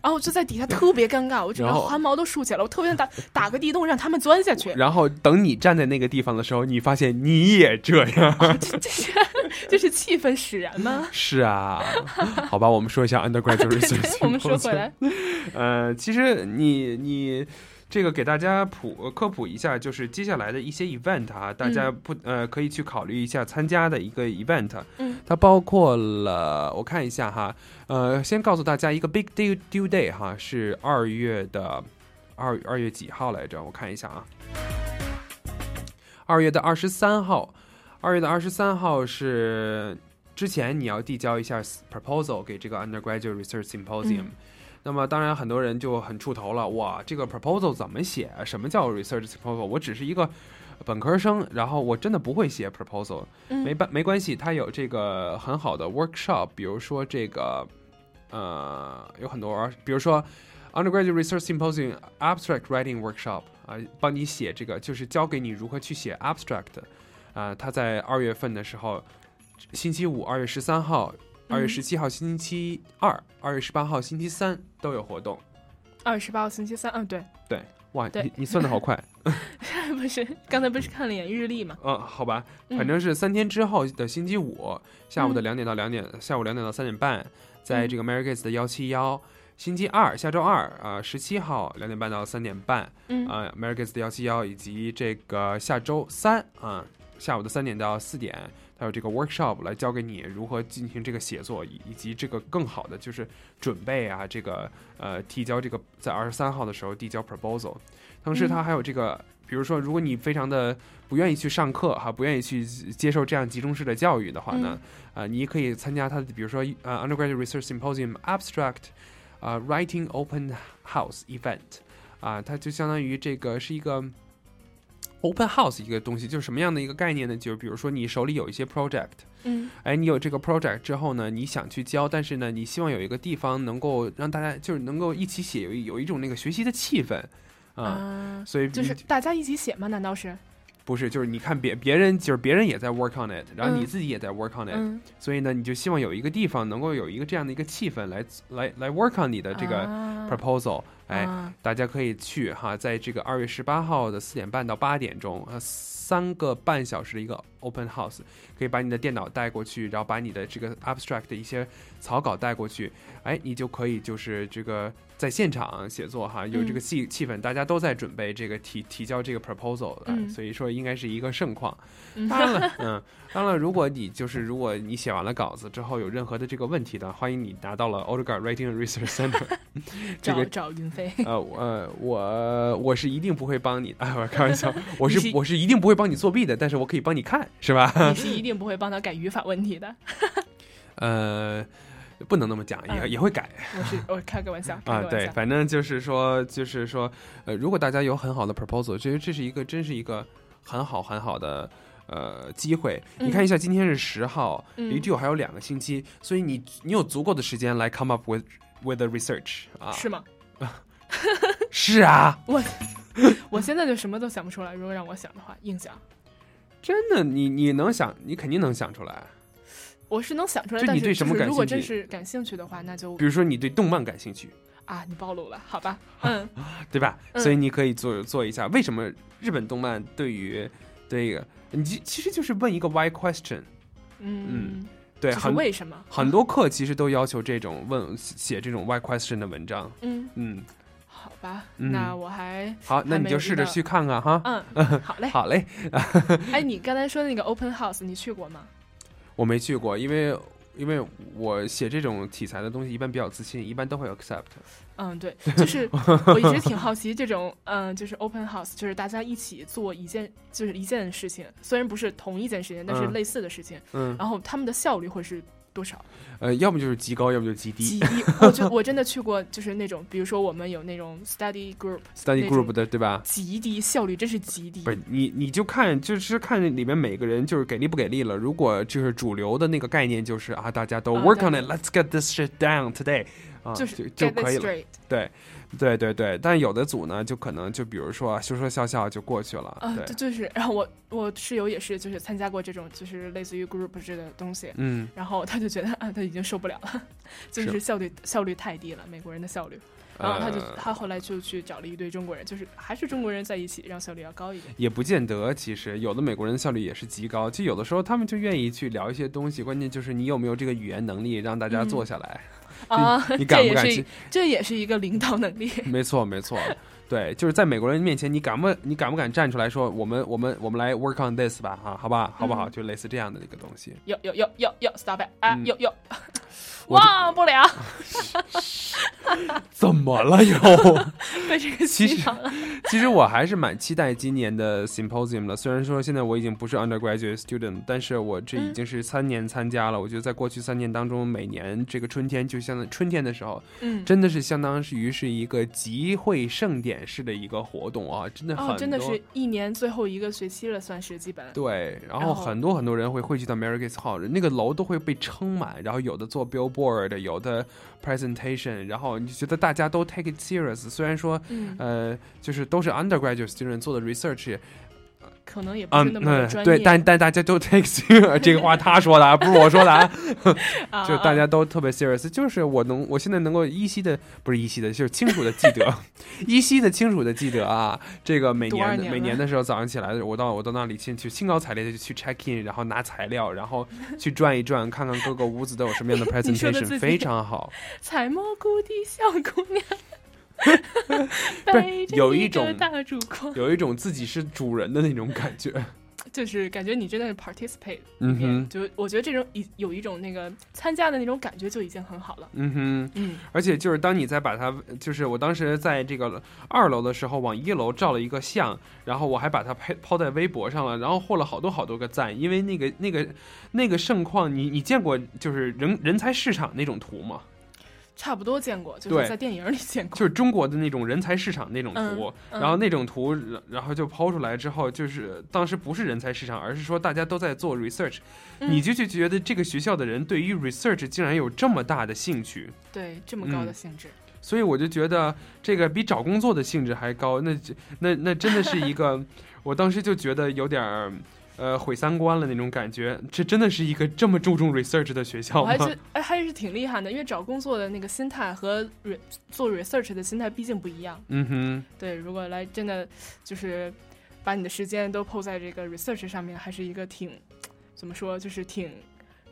[SPEAKER 11] 然后我就在底下特别尴尬，我整个
[SPEAKER 10] 然后
[SPEAKER 11] 汗毛都竖起来了，我特别想打打个地洞让他们钻下去，
[SPEAKER 10] 然后等你站在那个地方的时候，你发现你也这样。
[SPEAKER 11] 这是气氛使然吗？。
[SPEAKER 10] 是啊，好吧，我们说一 下 undergraduate research
[SPEAKER 11] 我们说回来，
[SPEAKER 10] 呃，其实你你这个给大家普呃科普一下，就是接下来的一些 event 啊，大家
[SPEAKER 2] 嗯
[SPEAKER 10] 不、呃可以去考虑一下参加的一个 event，
[SPEAKER 2] 嗯
[SPEAKER 10] 它包括了我看一下哈，呃，先告诉大家一个 big due due day 哈，是二月的二二月几号来着？我看一下啊，二月的二十三号，二月的二十三号是。之前你要递交一下 proposal 给这个 undergraduate research symposium，、
[SPEAKER 2] 嗯
[SPEAKER 10] 那么当然很多人就很出头了，哇，这个 proposal 怎么写？什么叫 research proposal？我只是一个本科生，然后我真的不会写 proposal，、
[SPEAKER 2] 嗯
[SPEAKER 10] 没办没关系，它有这个很好的 workshop，比如说这个呃有很多，比如说 undergraduate research symposium abstract writing workshop 啊、帮你写这个，就是教给你如何去写 abstract，啊、它在二月份的时候，星期五二月十三号。二月
[SPEAKER 11] 嗯
[SPEAKER 10] 十七号星期二，二月十八号星期三都有活动。
[SPEAKER 11] 二十八号星期三，嗯，对，
[SPEAKER 10] 对，哇，
[SPEAKER 11] 对
[SPEAKER 10] 你你算的好快。
[SPEAKER 11] 不就是刚才不是看了一眼日历嘛？
[SPEAKER 10] 嗯，好吧，反正是三天之后的星期五下午
[SPEAKER 11] 嗯
[SPEAKER 10] 的两点到两点，下午两点到三点半，在这个 Margates 的幺七幺。星期二，下周二啊，十、七号两点半到三点半，
[SPEAKER 11] 嗯
[SPEAKER 10] 啊、m a r g a t s 的幺七幺，以及这个下周三啊、下午的三点到四点，它有这个 workshop 来教给你如何进行这个写作，以以及这个更好的就是准备啊，这个呃递交这个在二十三号的时候递交 proposal，同时它还有这个。比如说，如果你非常的不愿意去上课哈，不愿意去接受这样集中式的教育的话呢，啊，你可以参加它的，比如说呃 undergraduate research symposium abstract，啊、w r i t i n g Open House Event，啊、它就相当于这个是一个 Open House 一个东西，就是什么样的一个概念呢？就是比如说你手里有一些 project，
[SPEAKER 11] 嗯
[SPEAKER 10] 哎，你有这个 project 之后呢，你想去教，但是呢，你希望有一个地方能够让大家就是能够一起写，有一有一种那个学习的气氛，啊、
[SPEAKER 11] 啊
[SPEAKER 10] 所以
[SPEAKER 11] 就是
[SPEAKER 10] 你
[SPEAKER 11] 大家一起写吗？难道是？
[SPEAKER 10] 不是就是你看别别人就是别人也在 work on it，然后你
[SPEAKER 11] 嗯
[SPEAKER 10] 自己也在 work on it，、
[SPEAKER 11] 嗯
[SPEAKER 10] 所以呢，你就希望有一个地方能够有一个这样的一个气氛来来来 work on 你的这个
[SPEAKER 11] 啊
[SPEAKER 10] proposal，、哎，
[SPEAKER 11] 啊
[SPEAKER 10] 大家可以去哈，在这个二月十八号的四点半到八点钟，呃，三个半小时的一个 open house，可以把你的电脑带过去，然后把你的这个 abstract 的一些草稿带过去，哎，你就可以就是这个在现场写作哈，有这个
[SPEAKER 11] 嗯
[SPEAKER 10] 气气氛，大家都在准备这个提提交这个 proposal，、哎
[SPEAKER 11] 嗯
[SPEAKER 10] 所以说应该是一个盛况。
[SPEAKER 11] 嗯
[SPEAKER 10] 当然了，嗯，当然了，如果你就是如果你写完了稿子之后有任何的这个问题呢，欢迎你拿到了 o d e g a r d Writing and Research Center，这哎
[SPEAKER 11] 找
[SPEAKER 10] 个
[SPEAKER 11] 找云 飞。
[SPEAKER 10] 呃我呃我我是一定不会帮你，哎，我开玩笑，我
[SPEAKER 11] 你
[SPEAKER 10] 是
[SPEAKER 11] 是
[SPEAKER 10] 我是一定不会帮你作弊的，但是我可以帮你看，是吧
[SPEAKER 11] 你？是一定不会帮他改语法问题的，
[SPEAKER 10] 呃，不能那么讲，
[SPEAKER 11] 嗯
[SPEAKER 10] 也也会改。
[SPEAKER 11] 我是我开个 玩笑，开
[SPEAKER 10] 啊，
[SPEAKER 11] 个玩
[SPEAKER 10] 对，
[SPEAKER 11] 笑。
[SPEAKER 10] 反正就是说，就是说，呃，如果大家有很好的 proposal，这这是一个，真是一个很好很好的呃机会。
[SPEAKER 11] 嗯
[SPEAKER 10] 你看一下，今天是十号，
[SPEAKER 11] 嗯
[SPEAKER 10] 离 due 还有两个星期，所以你你有足够的时间来 come up with with the research 啊？
[SPEAKER 11] 是？吗？
[SPEAKER 10] 是啊，
[SPEAKER 11] 我
[SPEAKER 10] 嗯
[SPEAKER 11] 我现在就什么都想不出来。如果让我想的话，硬想，
[SPEAKER 10] 真的，你你能想，你肯定能想出来。
[SPEAKER 11] 我是能想出来。
[SPEAKER 10] 就
[SPEAKER 11] 但
[SPEAKER 10] 你
[SPEAKER 11] 是
[SPEAKER 10] 对什么
[SPEAKER 11] 就是
[SPEAKER 10] 感
[SPEAKER 11] 如果
[SPEAKER 10] 兴
[SPEAKER 11] 真
[SPEAKER 10] 趣
[SPEAKER 11] 是感兴趣的话，那就
[SPEAKER 10] 比如说你对动漫感兴趣，
[SPEAKER 11] 啊，你暴露了，好吧？嗯，
[SPEAKER 10] 对吧？
[SPEAKER 11] 嗯
[SPEAKER 10] 所以你可以做做一下，为什么日本动漫对于这个，你其其实就是问一个 why question。
[SPEAKER 11] 嗯，
[SPEAKER 10] 对，
[SPEAKER 11] 就是
[SPEAKER 10] 很
[SPEAKER 11] 为什么
[SPEAKER 10] 很多课其实都要求这种问写这种 why question 的文章。
[SPEAKER 11] 嗯
[SPEAKER 10] 嗯，
[SPEAKER 11] 好吧，
[SPEAKER 10] 嗯
[SPEAKER 11] 那我还
[SPEAKER 10] 好，那
[SPEAKER 11] 还
[SPEAKER 10] 你
[SPEAKER 11] 没
[SPEAKER 10] 就
[SPEAKER 11] 有
[SPEAKER 10] 试
[SPEAKER 11] 遇
[SPEAKER 10] 着
[SPEAKER 11] 到
[SPEAKER 10] 去看看哈。
[SPEAKER 11] 嗯，好嘞，
[SPEAKER 10] 好。嘞，
[SPEAKER 11] 哎，你刚才说的那个 open house，你去过吗？
[SPEAKER 10] 我没去过，因为因为我写这种题材的东西一般比较自信，一般都会 accept。
[SPEAKER 11] 嗯，对，就是我一直挺好奇这种，嗯，就是 open house，就是大家一起做一件，就是一件事情，虽然不是同一件事情，但是
[SPEAKER 10] 嗯
[SPEAKER 11] 类似的事情，
[SPEAKER 10] 嗯
[SPEAKER 11] 然后他们的效率会是多少？
[SPEAKER 10] 呃，要么就是极高，要么就是极低。
[SPEAKER 11] 极低， 我就我真的去过，就是那种，比如说我们有那种 study group，
[SPEAKER 10] study
[SPEAKER 11] 那种
[SPEAKER 10] group 的对吧？
[SPEAKER 11] 极低效率，真是极低
[SPEAKER 10] 不。是你，你就看，就是看里面每个人就是给力不给力了。如果就是主流的那个概念就是啊，大家都
[SPEAKER 11] 啊
[SPEAKER 10] work
[SPEAKER 11] 大
[SPEAKER 10] on
[SPEAKER 11] 家
[SPEAKER 10] it，let's get this shit down today，啊，
[SPEAKER 11] 就是
[SPEAKER 10] 就
[SPEAKER 11] get
[SPEAKER 10] 就
[SPEAKER 11] it
[SPEAKER 10] 可以了
[SPEAKER 11] straight。
[SPEAKER 10] 对，对对对。但有的组呢，就可能就比如说啊说说笑笑就过去了。
[SPEAKER 11] 啊，
[SPEAKER 10] 对
[SPEAKER 11] 对，，就是，然后我我室友也是，就是参加过这种，就是类似于 group 制的东西，
[SPEAKER 10] 嗯
[SPEAKER 11] 然后他就觉得啊，他已经受不了了， 就是
[SPEAKER 10] 是
[SPEAKER 11] 效率效率太低了，美国人的效率，然后他就、
[SPEAKER 10] 呃
[SPEAKER 11] 他后来就去找了一堆中国人，就是还是中国人在一起，让效率要高一点。
[SPEAKER 10] 也不见得。其实有的美国人效率也是极高，就有的时候他们就愿意去聊一些东西，关键就是你有没有这个语言能力让大家
[SPEAKER 11] 嗯
[SPEAKER 10] 坐下来。
[SPEAKER 11] 啊，
[SPEAKER 10] 嗯 你你
[SPEAKER 11] 这
[SPEAKER 10] 敢不
[SPEAKER 11] 也
[SPEAKER 10] 敢
[SPEAKER 11] 是
[SPEAKER 10] 去
[SPEAKER 11] 一这也是一个领导能力。
[SPEAKER 10] 没错，没错，对，就是在美国人面前，你敢不你敢不敢站出来说，我们我们我们来 work on this 吧，啊，好吧，好不好？
[SPEAKER 11] 嗯
[SPEAKER 10] 就类似这样的一个东西。
[SPEAKER 11] 哟哟哟哟哟，stop it！啊，
[SPEAKER 10] 嗯
[SPEAKER 11] 哟 哟，
[SPEAKER 10] 我就
[SPEAKER 11] 忘不了，
[SPEAKER 10] 怎么了又？
[SPEAKER 11] 被这个
[SPEAKER 10] 其
[SPEAKER 11] 洗
[SPEAKER 10] 实
[SPEAKER 11] 脑了。
[SPEAKER 10] 其实我还是蛮期待今年的 symposium 的，虽然说现在我已经不是 undergraduate student，但是 我这已经是三年参加了。我觉得在过去三年当中，每年这个春天就相当春天的时候，
[SPEAKER 11] 嗯
[SPEAKER 10] 真的是相当于是一个集会盛典式的一个活动啊，真的很多。
[SPEAKER 11] 哦，真的是一年最后一个学期了，算是基本。
[SPEAKER 10] 对，然后
[SPEAKER 11] 然后
[SPEAKER 10] 很多很多人会汇聚到 Marriott Hall，那个楼都会被撑满，然后有的做 billboard，有的 presentation，然后你就觉得大家都 take it serious。虽然说，
[SPEAKER 11] 嗯
[SPEAKER 10] 呃，就是都是 undergraduate student 做的 research，呃
[SPEAKER 11] 可能也不是
[SPEAKER 10] 嗯
[SPEAKER 11] 那么的
[SPEAKER 10] 嗯，
[SPEAKER 11] 专业。
[SPEAKER 10] 对，但但大家都 take serious 这个话他说的，啊，不是我说的，啊
[SPEAKER 11] 啊，
[SPEAKER 10] 就大家都特别 serious，就是我能，我现在能够依稀的，不是依稀的，就是清楚的记得， 依稀的清楚的记得啊，这个每
[SPEAKER 11] 多少
[SPEAKER 10] 年
[SPEAKER 11] 年
[SPEAKER 10] 每
[SPEAKER 11] 了
[SPEAKER 10] 年的时候早上起来，我到我到那里去去兴高采烈的去 check in，然后拿材料，然后去转一转，看看各个屋子都有什么样的
[SPEAKER 11] 你说的
[SPEAKER 10] presentation，
[SPEAKER 11] 自己
[SPEAKER 10] 非常好。
[SPEAKER 11] 采蘑菇的小姑娘，
[SPEAKER 10] 不
[SPEAKER 11] 背
[SPEAKER 10] 是
[SPEAKER 11] 着
[SPEAKER 10] 有一
[SPEAKER 11] 一个
[SPEAKER 10] 种
[SPEAKER 11] 大主公，
[SPEAKER 10] 有一种自己是主人的那种感觉。
[SPEAKER 11] 就是感觉你真的是 participate 里
[SPEAKER 10] 嗯哼
[SPEAKER 11] 面，就我觉得这种已有一种那个参加的那种感觉就已经很好了。
[SPEAKER 10] 嗯
[SPEAKER 11] 嗯
[SPEAKER 10] 哼，而且就是当你在把它，就是我当时在这个二楼的时候，往一楼照了一个相，然后我还把它拍抛在微博上了，然后获了好多好多个赞，因为那个那个那个盛况，你你见过就是人人才市场那种图吗？
[SPEAKER 11] 差不多见过，就
[SPEAKER 10] 对
[SPEAKER 11] 是在电影里见过。
[SPEAKER 10] 就是中国的那种人才市场那种图，
[SPEAKER 11] 嗯嗯
[SPEAKER 10] 然后那种图，然然后就抛出来之后，就是当时不是人才市场，而是说大家都在做 research，、
[SPEAKER 11] 嗯
[SPEAKER 10] 你就就觉得这个学校的人对于 research 竟然有这么大的兴趣，
[SPEAKER 11] 对，这么高的
[SPEAKER 10] 嗯
[SPEAKER 11] 性 质。
[SPEAKER 10] 所以我就觉得这个比找工作的性质还高，那这那那真的是一 个，我当时就觉得有点儿呃毁三观了那种感觉。这真的是一个这么注重 research 的学校
[SPEAKER 11] 我
[SPEAKER 10] 吗
[SPEAKER 11] 还？觉哎还是挺厉害的，因为找工作的那个心态和 re, 做 research 的心态毕竟不一样。
[SPEAKER 10] 嗯哼，
[SPEAKER 11] 对，如果来真的就是把你的时间都 p 在这个 research 上面，还是一个挺怎么说，就是挺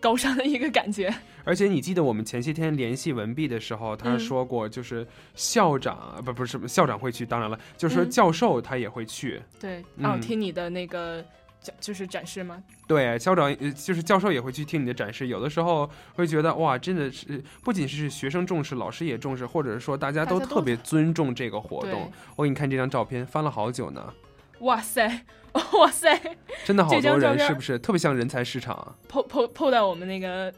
[SPEAKER 11] 高尚的一个感觉。
[SPEAKER 10] 而且你记得我们前些天联系文碧的时候，他
[SPEAKER 11] 嗯
[SPEAKER 10] 说过，就是校长啊不不是什么校长会去，当然了，就是说
[SPEAKER 11] 嗯
[SPEAKER 10] 教授他也会去。
[SPEAKER 11] 对，
[SPEAKER 10] 嗯
[SPEAKER 11] 哦，听你的那个讲就是展示吗？
[SPEAKER 10] 对，校长呃就是教授也会去听你的展示，有的时候会觉得哇，真的是不仅是学生重视，老师也重视，或者是说大家
[SPEAKER 11] 大
[SPEAKER 10] 都
[SPEAKER 11] 家都
[SPEAKER 10] 特别尊重这个活
[SPEAKER 11] 对
[SPEAKER 10] 动。我给你看这张照片，翻了好久呢，
[SPEAKER 11] 哇塞， 哇塞
[SPEAKER 10] 真的好
[SPEAKER 11] 这张
[SPEAKER 10] 多
[SPEAKER 11] 照
[SPEAKER 10] 人，
[SPEAKER 11] 片
[SPEAKER 10] 是不是特别像人才市场啊？
[SPEAKER 11] ，po po po 到我们那个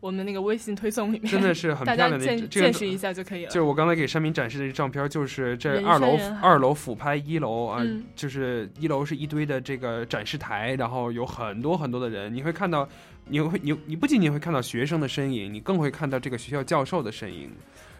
[SPEAKER 11] 我们那个微信推送里面，
[SPEAKER 10] 真的是很
[SPEAKER 11] 大
[SPEAKER 10] 漂
[SPEAKER 11] 家
[SPEAKER 10] 亮的
[SPEAKER 11] 见
[SPEAKER 10] 这个
[SPEAKER 11] 见识一下就可以了。
[SPEAKER 10] 就是我刚才给山民展示的这照片，就是
[SPEAKER 11] 人
[SPEAKER 10] 这
[SPEAKER 11] 山
[SPEAKER 10] 二楼
[SPEAKER 11] 人海
[SPEAKER 10] 二楼俯拍一楼啊，
[SPEAKER 11] 嗯
[SPEAKER 10] 就是一楼是一堆的这个展示台，然后有很多很多的人，你会看到，你会你你不仅仅会看到学生的身影，你更会看到这个学校教授的身影。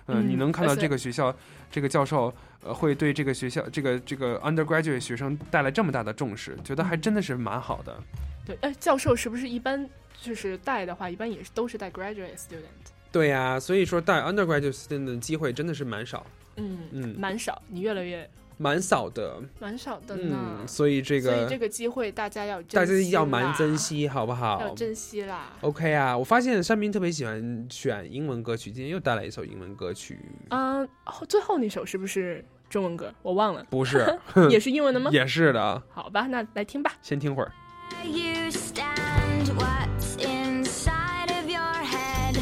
[SPEAKER 10] 嗯，
[SPEAKER 11] 嗯
[SPEAKER 10] 你能看到
[SPEAKER 11] 而且
[SPEAKER 10] 这个学校这个教授呃会对这个学校这个这个 undergraduate 学生带来这么大的重视，觉得还真的是蛮好的。
[SPEAKER 11] 对，哎，教授是不是一般就是带的话，一般也是都是带 graduate student？
[SPEAKER 10] 对呀、所以说带 undergraduate student 的机会真的是蛮少，
[SPEAKER 11] 嗯
[SPEAKER 10] 嗯
[SPEAKER 11] 蛮少，你越来越
[SPEAKER 10] 蛮少的。
[SPEAKER 11] 蛮少的呢。
[SPEAKER 10] 嗯，所以这个
[SPEAKER 11] 所以这个机会大家要
[SPEAKER 10] 大家
[SPEAKER 11] 珍惜
[SPEAKER 10] 要蛮
[SPEAKER 11] 啦
[SPEAKER 10] 珍，惜，哦好不
[SPEAKER 11] 要
[SPEAKER 10] 好
[SPEAKER 11] 珍惜啦。
[SPEAKER 10] ？OK 啊，我发现山民特别喜欢选英文歌曲，今天又带来一首英文歌曲，
[SPEAKER 11] 嗯，哦最后那首是不是中文歌？我忘了，
[SPEAKER 10] 不是
[SPEAKER 11] 也是英文的 吗？
[SPEAKER 10] 也是的，啊
[SPEAKER 11] 好吧，那来听吧。
[SPEAKER 10] 先听会儿。
[SPEAKER 14] you stand, what's inside of your head.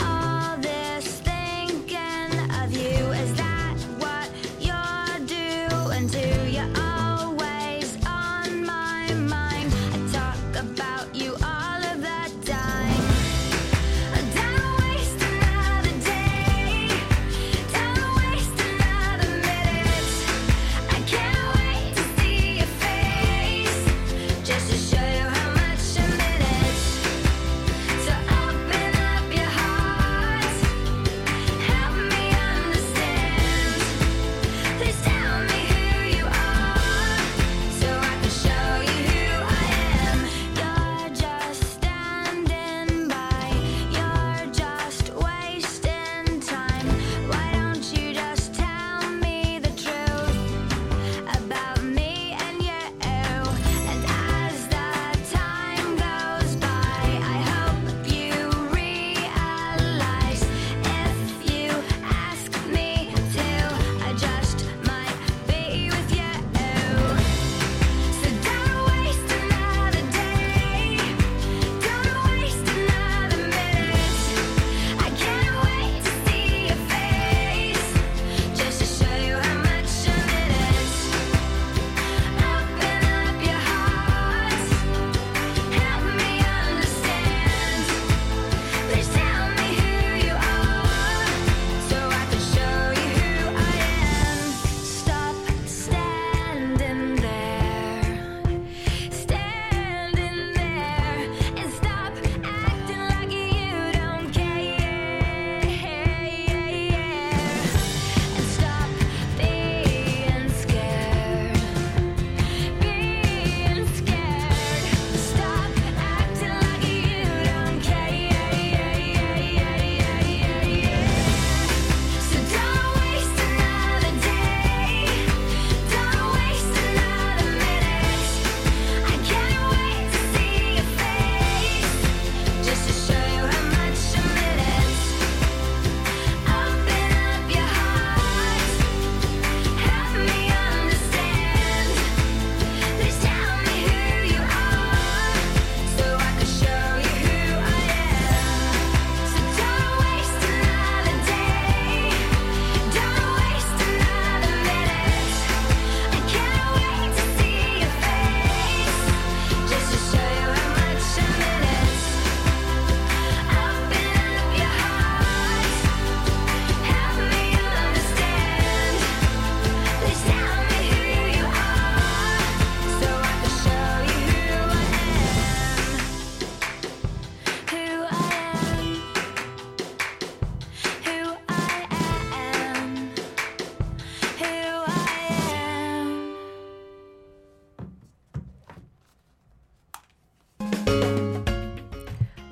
[SPEAKER 14] All this thinking of you, is that what you're doing? Do you always on my mind? I talk about you all of the time. Don't waste another day. Don't waste another minute. I can't wait to see your face. Just to show you how much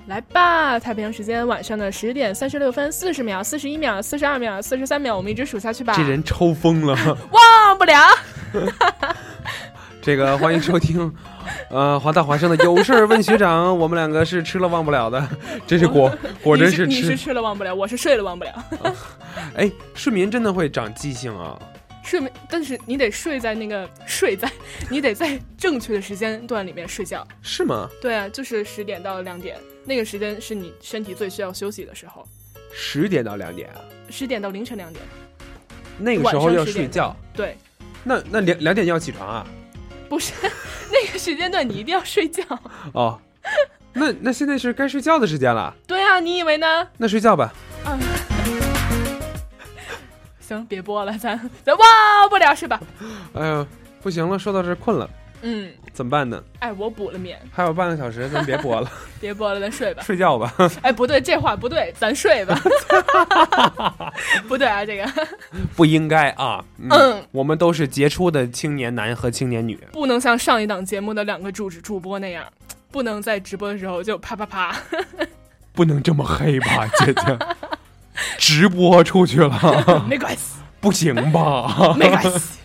[SPEAKER 11] 来吧，太平洋时间晚上的十点三十六分四十秒、四十一秒、四十二秒、四十三秒，我们一直数下去吧。
[SPEAKER 10] 这人抽风 了，
[SPEAKER 11] 忘不了。
[SPEAKER 10] 这个欢迎收听， 呃，华大华生的有事儿问学长，我们两个是吃了忘不了的，真是 果果真
[SPEAKER 11] 是你
[SPEAKER 10] 吃。
[SPEAKER 11] 吃了忘不了，我是睡了忘不了。
[SPEAKER 10] 哎，睡眠真的会长记性啊！
[SPEAKER 11] 睡眠，但是你得睡在那个睡在，你得在正确的时间段里面睡觉。
[SPEAKER 10] 是吗？
[SPEAKER 11] 对啊，就是十点到两点，那个时间是你身体最需要休息的时候。
[SPEAKER 10] 十点到两点啊，
[SPEAKER 11] 十点到凌晨两点，
[SPEAKER 10] 那个时候要睡觉，
[SPEAKER 11] 对，
[SPEAKER 10] 那那两两点要起床啊？
[SPEAKER 11] 不是 那个时间段你一定要睡觉。
[SPEAKER 10] 哦，那那现在是该睡觉的时间了，
[SPEAKER 11] 对啊，你以为呢？
[SPEAKER 10] 那睡觉吧。
[SPEAKER 11] 嗯，行，别播了，咱咱忘不了是吧？
[SPEAKER 10] 哎呦，不行了，说到这儿困了，
[SPEAKER 11] 嗯，
[SPEAKER 10] 怎么办呢？
[SPEAKER 11] 哎，我补了眠，
[SPEAKER 10] 还有半个小时，咱别播了，
[SPEAKER 11] 别播了，咱睡吧。
[SPEAKER 10] 睡觉吧。
[SPEAKER 11] 哎，不对，这话不对，咱睡吧。 不对啊，这个
[SPEAKER 10] 不应该啊。
[SPEAKER 11] 嗯
[SPEAKER 10] 我们都是杰出的青年男和青年女。
[SPEAKER 11] 不能像上一档节目的两个主主播那样，不能在直播的时候就啪啪啪。
[SPEAKER 10] 不能这么黑吧，姐姐？直播出去 了，
[SPEAKER 11] 没关系，
[SPEAKER 10] 不行吧？
[SPEAKER 11] 没关系。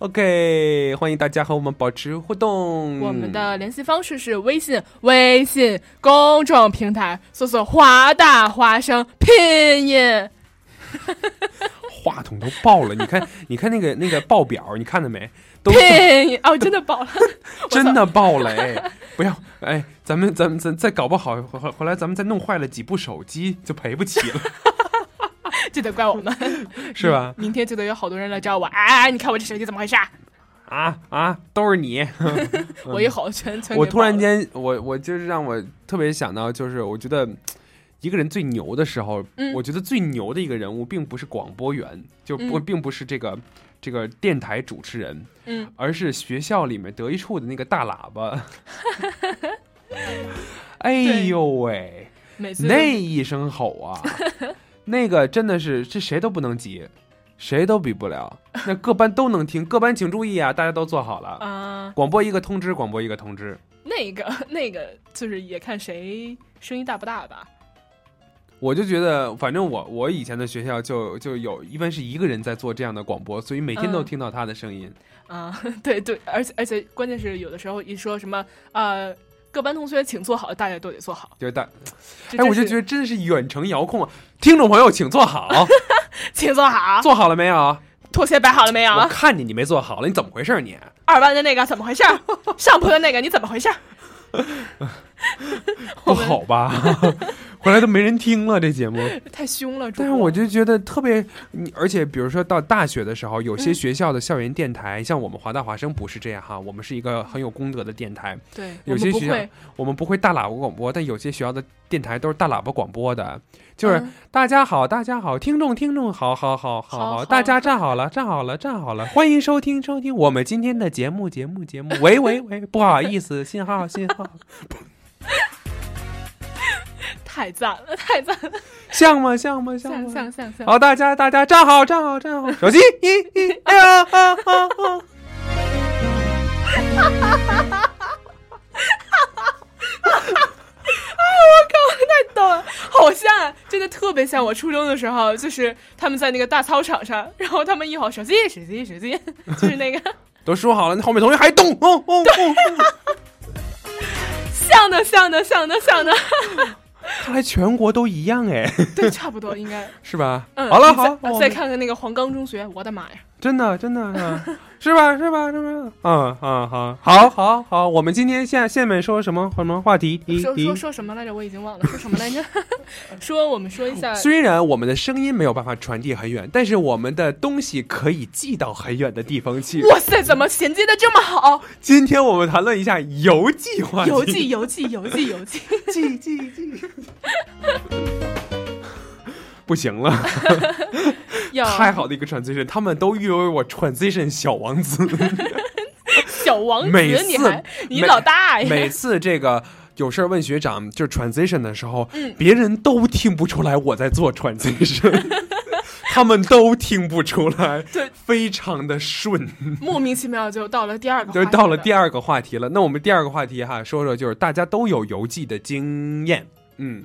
[SPEAKER 10] OK，欢迎大家和我们保持互动。
[SPEAKER 11] 我们
[SPEAKER 10] 嗯
[SPEAKER 11] 的联系方式是微信，微信公众平台搜索“华大华生”拼音。
[SPEAKER 10] 话筒都爆了，你看， 你看那个那个报表，你看到没？都
[SPEAKER 11] 拼音哦，真的爆了！
[SPEAKER 10] 真的爆了，哎！不要，哎，咱们咱们咱再搞不好，回回回来咱们再弄坏了几部手机，就赔不起了，
[SPEAKER 11] 这得怪我们，
[SPEAKER 10] 是吧？
[SPEAKER 11] 明天就得有好多人来找我。哎，你看我这手机怎么回事啊？
[SPEAKER 10] 啊啊，都是你！
[SPEAKER 11] 我一吼，全全给
[SPEAKER 10] 嗯我突然
[SPEAKER 11] 爆了
[SPEAKER 10] 间，我我就是让我特别想到，就是我觉得一个人最牛的时候，
[SPEAKER 11] 嗯
[SPEAKER 10] 我觉得最牛的一个人物，并不是广播员，就不、
[SPEAKER 11] 嗯
[SPEAKER 10] 并不是这个这个电台主持人，
[SPEAKER 11] 嗯
[SPEAKER 10] 而是学校里面德育处的那个大喇 叭。哎呦喂，
[SPEAKER 11] 每次
[SPEAKER 10] 那一声吼啊， 那个真的是这谁都不能及，谁都比不了。那各班都能听，各班请注意啊，大家都做好了。
[SPEAKER 11] 啊、
[SPEAKER 10] 广播一个通知，广播一个通知。
[SPEAKER 11] 那个那个就是也看谁声音大不大吧。
[SPEAKER 10] 我就觉得，反正我我以前的学校就就有，一般是一个人在做这样的广播，所以每天都
[SPEAKER 11] 嗯
[SPEAKER 10] 听到他的声音。
[SPEAKER 11] 啊、 对对，而且而且关键是有的时候一说什么呃，各班同学请坐好，大家都得坐好。
[SPEAKER 10] 就是大，
[SPEAKER 11] 这
[SPEAKER 10] 哎，
[SPEAKER 11] 真
[SPEAKER 10] 我就是觉得真是远程遥控啊！听众朋友，请坐 好，
[SPEAKER 11] 请坐好，
[SPEAKER 10] 坐好了没有？
[SPEAKER 11] 拖鞋摆好了没有？
[SPEAKER 10] 我看见你没坐好了，你怎么回事儿你？
[SPEAKER 11] 二班的那个怎么回事 儿？上铺的那个你怎么回事儿？
[SPEAKER 10] 不好吧？ 回来都没人听了这节目。
[SPEAKER 11] 太凶了，主
[SPEAKER 10] 但是
[SPEAKER 11] 播
[SPEAKER 10] 我就觉得特别，你而且比如说到大学的时候，有些
[SPEAKER 11] 嗯
[SPEAKER 10] 学校的校园电台，像我们华大华声不是这样哈，我们是一个很有功德的电台。
[SPEAKER 11] 对
[SPEAKER 10] 有
[SPEAKER 11] 我们
[SPEAKER 10] 些
[SPEAKER 11] 不
[SPEAKER 10] 学校
[SPEAKER 11] 会
[SPEAKER 10] 我们不会大喇叭广播，但有些学校的电台都是大喇叭广播的，就是、
[SPEAKER 11] 嗯
[SPEAKER 10] 大家好，大家好，听众听众好好好好
[SPEAKER 11] 好好
[SPEAKER 10] 大家站好了，站好了，站好了，欢迎收听收听我们今天的节目节目节目。喂喂喂，不好意思，信号信号，
[SPEAKER 11] 太赞了，太赞了，
[SPEAKER 10] 像吗像吗像
[SPEAKER 11] 像
[SPEAKER 10] 吗？
[SPEAKER 11] 像像像。
[SPEAKER 10] 好，大家大家站好站好站好，手机一一，哎呀啊啊啊！
[SPEAKER 11] 太逗 了，好像真的特别像我初中的时候，就是他们在那个大操场上，然后他们一吼手机手机手机，就是 那个
[SPEAKER 10] 都说好了，那后面同学还 动，哦哦哦，
[SPEAKER 11] 像的像的像的 像的，
[SPEAKER 10] 看来全国都一样 哎，
[SPEAKER 11] 对，差不多应该。
[SPEAKER 10] 是吧？
[SPEAKER 11] 嗯，
[SPEAKER 10] 好了
[SPEAKER 11] 你再
[SPEAKER 10] 好，我
[SPEAKER 11] 再
[SPEAKER 10] 们
[SPEAKER 11] 看看那个黄冈中学，我的妈呀！
[SPEAKER 10] 真的 真的，啊是吧是吧是吧？嗯嗯好，好好好，我们今天下下面说什么什么话题？一
[SPEAKER 11] 说说
[SPEAKER 10] 一
[SPEAKER 11] 说什么来着？我已经忘了说什么来 着。说我们说一下，
[SPEAKER 10] 虽然我们的声音没有办法传递很远，但是我们的东西可以寄到很远的地方去。
[SPEAKER 11] 哇塞，怎么衔接的这么 好？
[SPEAKER 10] 今天我们谈论一下邮寄话题。
[SPEAKER 11] 邮寄邮寄邮寄邮 寄，
[SPEAKER 10] 寄寄寄，不行了，
[SPEAKER 11] 要
[SPEAKER 10] 太好的一个 transition，他们都誉为我 transition 小王子。
[SPEAKER 11] 小王子
[SPEAKER 10] 每，次
[SPEAKER 11] 你还你
[SPEAKER 10] 每
[SPEAKER 11] 老大
[SPEAKER 10] 每
[SPEAKER 11] 爷！
[SPEAKER 10] 次这个有事儿问学长，就是 transition 的时候，
[SPEAKER 11] 嗯
[SPEAKER 10] 别人都听不出来我在做 transition，他们都听不出来，
[SPEAKER 11] 对，
[SPEAKER 10] 非常的顺。
[SPEAKER 11] 莫名其妙就到了第二个话
[SPEAKER 10] 就
[SPEAKER 11] 题，
[SPEAKER 10] 到了第二个话题了。那我们第二个话题哈，说说就是大家都有邮寄的经验，嗯，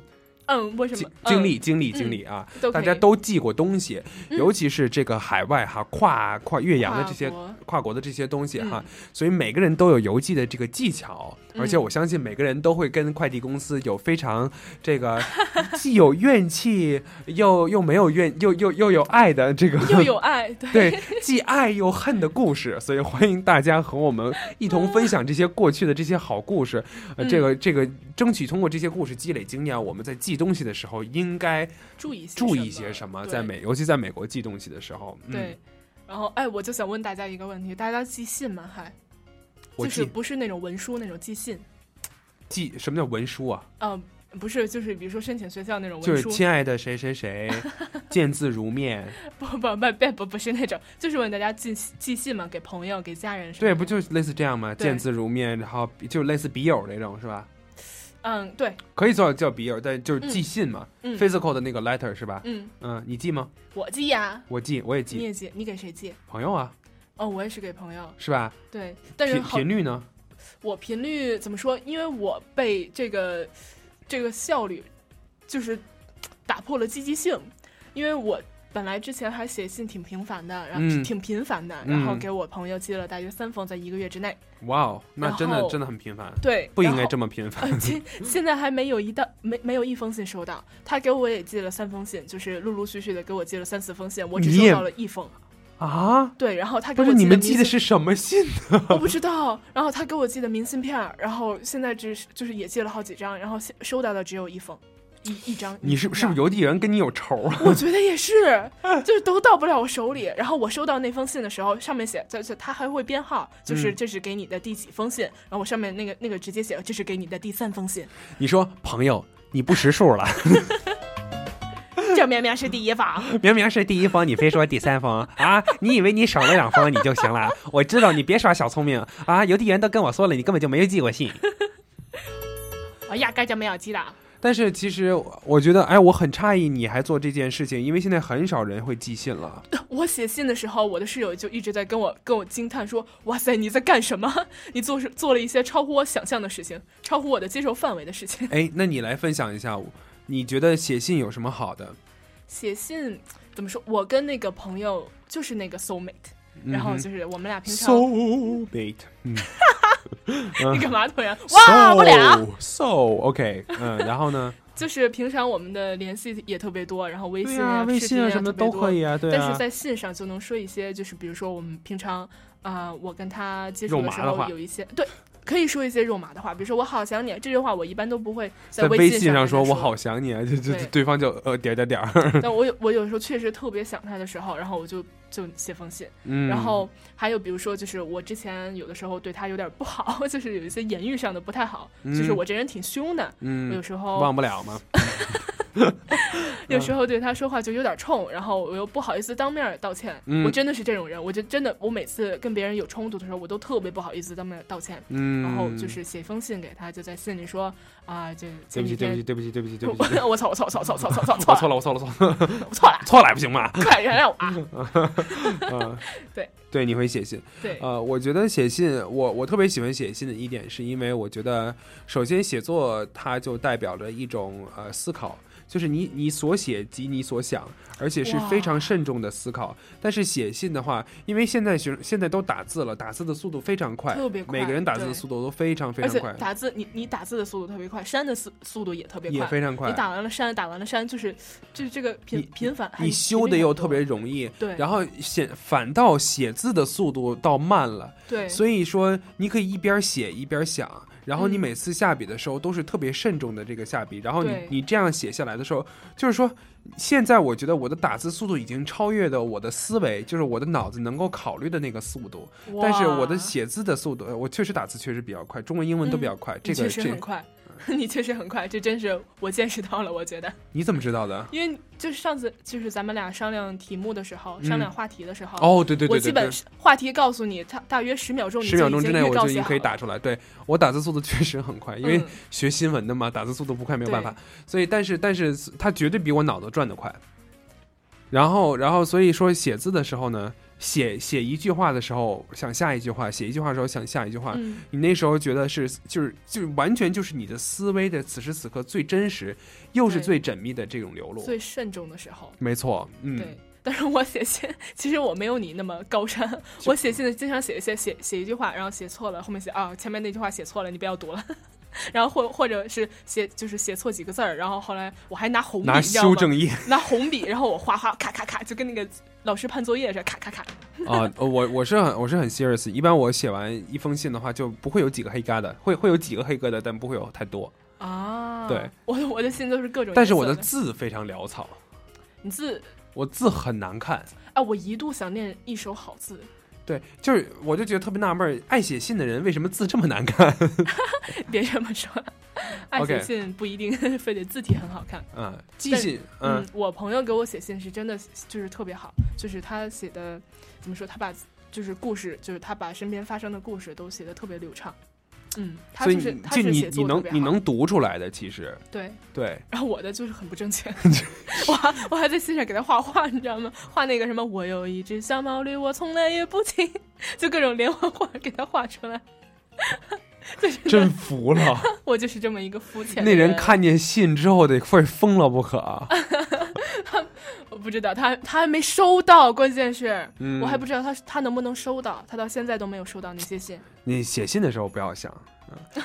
[SPEAKER 11] 嗯，为什么嗯
[SPEAKER 10] 经历经历经历啊，
[SPEAKER 11] 都可
[SPEAKER 10] 大
[SPEAKER 11] 以
[SPEAKER 10] 家都寄过东西，
[SPEAKER 11] 嗯
[SPEAKER 10] 尤其是这个海外哈跨跨越洋的这些
[SPEAKER 11] 跨国
[SPEAKER 10] 跨国的这些东西哈，所以每个人都有邮寄的这个技巧，
[SPEAKER 11] 嗯
[SPEAKER 10] 而且我相信每个人都会跟快递公司有非常这个 既有怨气又又没有怨又又又有爱的这个
[SPEAKER 11] 嗯又有爱，
[SPEAKER 10] 对，既爱又恨的故事，所以欢迎大家和我们一同分享这些过去的这些好故事。呃，
[SPEAKER 11] 嗯
[SPEAKER 10] 这个这个，争取通过这些故事积累经验，我们在寄东西的时候应该
[SPEAKER 11] 注意些
[SPEAKER 10] 注意
[SPEAKER 11] 什么
[SPEAKER 10] 些什么，
[SPEAKER 11] 对
[SPEAKER 10] 在美尤其在美国寄东西的时候，嗯、
[SPEAKER 11] 对，，然后哎，我就想问大家一个问题：大家寄信吗？还
[SPEAKER 10] 我
[SPEAKER 11] 就是
[SPEAKER 10] 寄
[SPEAKER 11] 不是那种文书那种寄信？
[SPEAKER 10] 寄什么叫文书啊？
[SPEAKER 11] 嗯、不是，就是比如说申请学校那种
[SPEAKER 10] 就
[SPEAKER 11] 文
[SPEAKER 10] 是
[SPEAKER 11] 书。
[SPEAKER 10] 亲爱的谁谁 谁，见字如面。
[SPEAKER 11] 不不不不不不是那种，就是问大家寄寄信嘛，给朋友、给家人什么
[SPEAKER 10] 对，
[SPEAKER 11] 的。
[SPEAKER 10] 不就是类似这样吗？
[SPEAKER 11] 对
[SPEAKER 10] 见字如面，然后就类似笔友那种，是吧？
[SPEAKER 11] 嗯，对，
[SPEAKER 10] 可以叫叫笔友，但就是寄
[SPEAKER 11] 嗯
[SPEAKER 10] 信嘛、
[SPEAKER 11] 嗯
[SPEAKER 10] p h y s i c a l 的那个 letter 是吧？
[SPEAKER 11] 嗯
[SPEAKER 10] 你寄吗？
[SPEAKER 11] 我寄呀，
[SPEAKER 10] 我寄，我也
[SPEAKER 11] 你
[SPEAKER 10] 寄，
[SPEAKER 11] 也寄，你给谁寄？
[SPEAKER 10] 朋友啊，
[SPEAKER 11] 哦，我也是给朋友。
[SPEAKER 10] 是吧？
[SPEAKER 11] 对，但是
[SPEAKER 10] 频
[SPEAKER 11] 好
[SPEAKER 10] 频率呢？
[SPEAKER 11] 我频率怎么说？因为我被这个这个效率就是打破了积极性，因为我本来之前还写信挺频繁的，然后、
[SPEAKER 10] 嗯
[SPEAKER 11] 挺频繁的，
[SPEAKER 10] 嗯
[SPEAKER 11] 然后给我朋友寄了大约三封，在一个月之内。
[SPEAKER 10] 哇哦，那
[SPEAKER 11] 然
[SPEAKER 10] 真的
[SPEAKER 11] 后
[SPEAKER 10] 真的很频繁，
[SPEAKER 11] 对
[SPEAKER 10] 不应
[SPEAKER 11] 然
[SPEAKER 10] 该
[SPEAKER 11] 后
[SPEAKER 10] 这么频繁
[SPEAKER 11] 呃，。现现在还没有一到没没有一封信收到，他给我也寄了三封信，就是陆陆续续的给我寄了三四封信，我只
[SPEAKER 10] 你也
[SPEAKER 11] 收到了一封。
[SPEAKER 10] 啊？
[SPEAKER 11] 对，然后他给
[SPEAKER 10] 不
[SPEAKER 11] 我
[SPEAKER 10] 是你们
[SPEAKER 11] 寄
[SPEAKER 10] 寄
[SPEAKER 11] 明
[SPEAKER 10] 的
[SPEAKER 11] 信
[SPEAKER 10] 是什么信 呢？
[SPEAKER 11] 我不知道。然后他给我寄的明信片儿，然后现在只是就是也寄了好几张，然后现收到的只有一封，一一张。
[SPEAKER 10] 你是是不是邮递员跟你有仇啊？
[SPEAKER 11] 我觉得也是，就是都到不了我手里。然后我收到那封信的时候，上面写，就是他还会编号，就是
[SPEAKER 10] 嗯
[SPEAKER 11] 这是给你的第几封信。然后我上面那个那个直接写，这是给你的第三封信，
[SPEAKER 10] 你说朋友，你不识数了，
[SPEAKER 11] 这明明是第一封。
[SPEAKER 10] 明明是第一封，你非说第三封 啊？你以为你少了两封你就行了？ 我知道你别耍小聪明啊！邮递员都跟我说了，你根本就没有寄过信。
[SPEAKER 11] 我压根就没有寄到。
[SPEAKER 10] 但是其实我我觉得，哎，我很诧异你还做这件事情，因为现在很少人会寄信了。
[SPEAKER 11] 我写信的时候，我的室友就一直在跟我跟我惊叹说：“哇塞，你在干什么？ 你做是做了一些超乎我想象的事情，超乎我的接受范围的事情。
[SPEAKER 10] 哎，那你来分享一下，你觉得写信有什么好的？”
[SPEAKER 11] 写信怎么说？我跟那个朋友就是那个 soul mate，、然后就是我们俩平常
[SPEAKER 10] 嗯 soul mate，嗯，
[SPEAKER 11] 你干嘛 突然 哇不了？
[SPEAKER 10] so OK，嗯，然后呢？
[SPEAKER 11] 就是平常我们的联系也特别多，然后微信
[SPEAKER 10] 对啊微
[SPEAKER 11] 视
[SPEAKER 10] 信
[SPEAKER 11] 频
[SPEAKER 10] 啊
[SPEAKER 11] 啊
[SPEAKER 10] 什么
[SPEAKER 11] 特别
[SPEAKER 10] 都
[SPEAKER 11] 多
[SPEAKER 10] 可以啊对啊
[SPEAKER 11] 但是在信上就能说一些，就是比如说我们平常啊、呃我跟他接触
[SPEAKER 10] 肉
[SPEAKER 11] 的
[SPEAKER 10] 麻
[SPEAKER 11] 时
[SPEAKER 10] 的话
[SPEAKER 11] 候有一些对。可以说一些肉麻的话，比如说“我好想你”啊这句话，我一般都不会
[SPEAKER 10] 在
[SPEAKER 11] 微
[SPEAKER 10] 信上
[SPEAKER 11] 上跟他
[SPEAKER 10] 我好想你啊，就就
[SPEAKER 11] 对
[SPEAKER 10] 对方就呃点儿点儿点儿，
[SPEAKER 11] 但我有我有时候确实特别想他的时候，然后我就就写封信。
[SPEAKER 10] 嗯
[SPEAKER 11] 然后还有比如说，就是我之前有的时候对他有点不好， 就是有一些言语上的不太好，
[SPEAKER 10] 嗯
[SPEAKER 11] 就是我这人挺凶的，
[SPEAKER 10] 嗯，
[SPEAKER 11] 我有时候
[SPEAKER 10] 忘不嗯了吗？
[SPEAKER 11] 有时候对他说话就有点冲，然后我又不好意思当面道歉。
[SPEAKER 10] 嗯
[SPEAKER 11] 我真的是这种人，我就真的我每次跟别人有冲突的时候，我都特别不好意思当面道歉。
[SPEAKER 10] 嗯
[SPEAKER 11] 然后就是写封信给他，就在信里说啊，这
[SPEAKER 10] 对
[SPEAKER 11] 前
[SPEAKER 10] 不
[SPEAKER 11] 几
[SPEAKER 10] 起，对不起，
[SPEAKER 11] 天。
[SPEAKER 10] 对不起，对不起，对不 起，
[SPEAKER 11] 我操！我操！我操！我操！我操！我
[SPEAKER 10] 我
[SPEAKER 11] 操！
[SPEAKER 10] 错 了，我错了，错了，
[SPEAKER 11] 我错了！
[SPEAKER 10] 错了还不行吗？
[SPEAKER 11] 快原谅我啊！
[SPEAKER 10] 嗯，
[SPEAKER 11] 对
[SPEAKER 10] 对，你会写信。
[SPEAKER 11] 对
[SPEAKER 10] 呃，我觉得写信，我我特别喜欢写信的一点，是因为我觉得，首先写作它就代表着一种呃思考，就是你你所写及你所想，而且是
[SPEAKER 11] 哇
[SPEAKER 10] 非常慎重的思考。但是写信的话，因为现在学现在都打字了，打字的速度非常快，
[SPEAKER 11] 特别快
[SPEAKER 10] 每个人打字的
[SPEAKER 11] 对
[SPEAKER 10] 速度都非常非
[SPEAKER 11] 而
[SPEAKER 10] 常
[SPEAKER 11] 且
[SPEAKER 10] 快。
[SPEAKER 11] 打字，你你打字的速度特别快，删的速速度也特别快，
[SPEAKER 10] 也非常快
[SPEAKER 11] 你打完了删，打完了删，就是就是这个频频繁，
[SPEAKER 10] 你修的又特别容易，
[SPEAKER 11] 对
[SPEAKER 10] 然后写反倒写字的速度倒慢了，
[SPEAKER 11] 对
[SPEAKER 10] 所以说你可以一边写一边想，然后你
[SPEAKER 11] 嗯
[SPEAKER 10] 每次下笔的时候都是特别慎重的这个下笔，然后你
[SPEAKER 11] 对
[SPEAKER 10] 你这样写下来的时候，就是说现在我觉得我的打字速度已经超越了我的思维，就是我的脑子能够考虑的那个速度，
[SPEAKER 11] 哇
[SPEAKER 10] 但是我的写字的速度，呃我确实打字确实比较快，中文英文都比较快，
[SPEAKER 11] 嗯
[SPEAKER 10] 这
[SPEAKER 11] 你
[SPEAKER 10] 个
[SPEAKER 11] 确实
[SPEAKER 10] 这
[SPEAKER 11] 很快， 你确实很快，这真是我见识到了，我觉得，
[SPEAKER 10] 你怎么知道的？
[SPEAKER 11] 因为就是上次就是咱们俩商量题目的时候，商量话题的时候，
[SPEAKER 10] 哦对对对
[SPEAKER 11] 我
[SPEAKER 10] 对
[SPEAKER 11] 基
[SPEAKER 10] 对
[SPEAKER 11] 本是话题告诉你，大大约十秒钟，
[SPEAKER 10] 十秒钟之内我就
[SPEAKER 11] 就
[SPEAKER 10] 已经可以打出来。对我打字速度确实很快，因为
[SPEAKER 11] 嗯
[SPEAKER 10] 学新闻的嘛，打字速度不快没有办法
[SPEAKER 11] 对。
[SPEAKER 10] 所以，但是但是它绝对比我脑子转的快。然后，然后，所以说写字的时候呢，写写一句话的时候想下一句话，写一句话的时候想下一句话，
[SPEAKER 4] 嗯
[SPEAKER 10] 你那时候觉得是就是就是完全就是你的思维的此时此刻最真实，又是最缜密的这种流露。
[SPEAKER 11] 最慎重的时候。
[SPEAKER 10] 没错，嗯，
[SPEAKER 11] 对，但是我写信，其实我没有你那么高山。我写信的经常写一些写写一句话，然后写错了，后面写啊前面那句话写错了，你不要读了。 然后或或者是写就是写错几个字儿，然后后来我还拿红笔，
[SPEAKER 10] 拿
[SPEAKER 11] 你知道吗
[SPEAKER 10] 修正 液
[SPEAKER 11] 拿红笔，然后我画画咔咔咔，就跟那个老师判作业似的，咔咔咔。
[SPEAKER 10] 啊，呃我我是很我是很 serious，一般我写完一封信的话，就不会有几个黑疙瘩，会会有几个黑疙瘩，但不会有太多。
[SPEAKER 11] 啊，
[SPEAKER 10] 对，
[SPEAKER 11] 我的我的信都是各种颜色，
[SPEAKER 10] 但是我的字非常潦草，
[SPEAKER 11] 你字
[SPEAKER 10] 我字很难看。
[SPEAKER 11] 啊，我一度想念一手好字，
[SPEAKER 10] 对，就是我就觉得特别纳闷儿，爱写信的人为什么字这么难看？
[SPEAKER 11] 别这么说，爱写信不一定 非得字体很好看。
[SPEAKER 10] 嗯寄
[SPEAKER 11] 但
[SPEAKER 10] 信嗯
[SPEAKER 11] 嗯，我朋友给我写信是真的，就是特别好，就是他写的怎么说，他把就是故事，就是他把身边发生的故事都写的特别流畅。嗯，他
[SPEAKER 10] 所以
[SPEAKER 11] 就是
[SPEAKER 10] 你
[SPEAKER 11] 他
[SPEAKER 10] 就是你
[SPEAKER 11] 写
[SPEAKER 10] 你
[SPEAKER 11] 作特
[SPEAKER 10] 能
[SPEAKER 11] 别
[SPEAKER 10] 你
[SPEAKER 11] 好
[SPEAKER 10] 能读出来的，其实
[SPEAKER 11] 对。
[SPEAKER 10] 对，
[SPEAKER 11] 然后我的就是很不 正确，我还我还在信上给他画画，你知道吗？画那个什么，我有一只小毛驴，我从来也不骑，就各种连环画给他画出来。
[SPEAKER 10] 嗯真服了。
[SPEAKER 11] 我就是这么一个肤浅的。
[SPEAKER 10] 那人看见信之后得会疯了不可 啊！
[SPEAKER 11] 我不知道，他他还没收到，关键是、
[SPEAKER 10] 嗯
[SPEAKER 11] 我还不知道他他能不能收到，他到现在都没有收到那些信。
[SPEAKER 10] 你写信的时候不要想， 嗯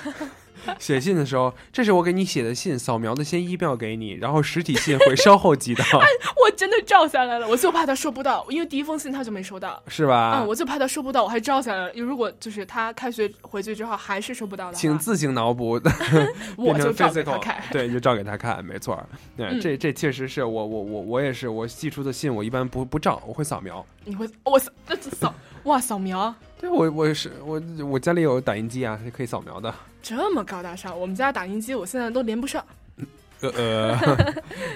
[SPEAKER 10] 写信的时候，这是我给你写的信，扫描的先 email 给你，然后实体信会稍后寄 到，
[SPEAKER 11] 我真的照下来了，我就怕他收不到，因为第一封信他就没收到。
[SPEAKER 10] 是吧？
[SPEAKER 11] 嗯，我就怕他收不到，我还照下来了。如果就是他开学回去之后还是收不到的话，
[SPEAKER 10] 请自行脑补，
[SPEAKER 11] 我
[SPEAKER 10] 变成
[SPEAKER 11] 就照给他
[SPEAKER 10] physical，
[SPEAKER 11] 看
[SPEAKER 10] 对，就照给他看，没错儿。对，
[SPEAKER 11] 嗯
[SPEAKER 10] 这这确实是我我我我也是，我寄出的信我一般不不照，我会扫描。
[SPEAKER 11] 你会我扫那这扫哇扫描
[SPEAKER 10] 对我我是我我家里有打印机啊，是可以扫描的。
[SPEAKER 11] 这么高大上，我们家打印机我现在都连不上。
[SPEAKER 10] 呃 呃，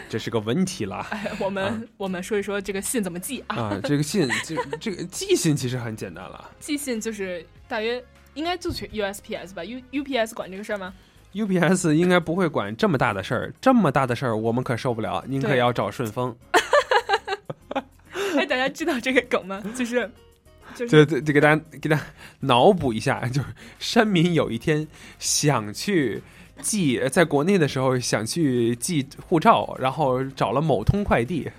[SPEAKER 10] 这是个问题啦。
[SPEAKER 11] 哎，我们、我们说一说这个信怎么寄啊？
[SPEAKER 10] 啊，这个信，这这个寄信其实很简单了。
[SPEAKER 11] 寄信就是大约应该就去 USPS 吧，U UPS 管这个事儿吗？
[SPEAKER 10] UPS 应该不会管这么大的事儿，这么大的事儿我们可受不了，您可
[SPEAKER 11] 对
[SPEAKER 10] 要找顺丰。
[SPEAKER 11] 哎，大家知道这个梗吗？就是 就是
[SPEAKER 10] 就就就给大家给大家脑补一下，就是山民有一天想去寄，在国内的时候想去寄护照，然后找了某通快递，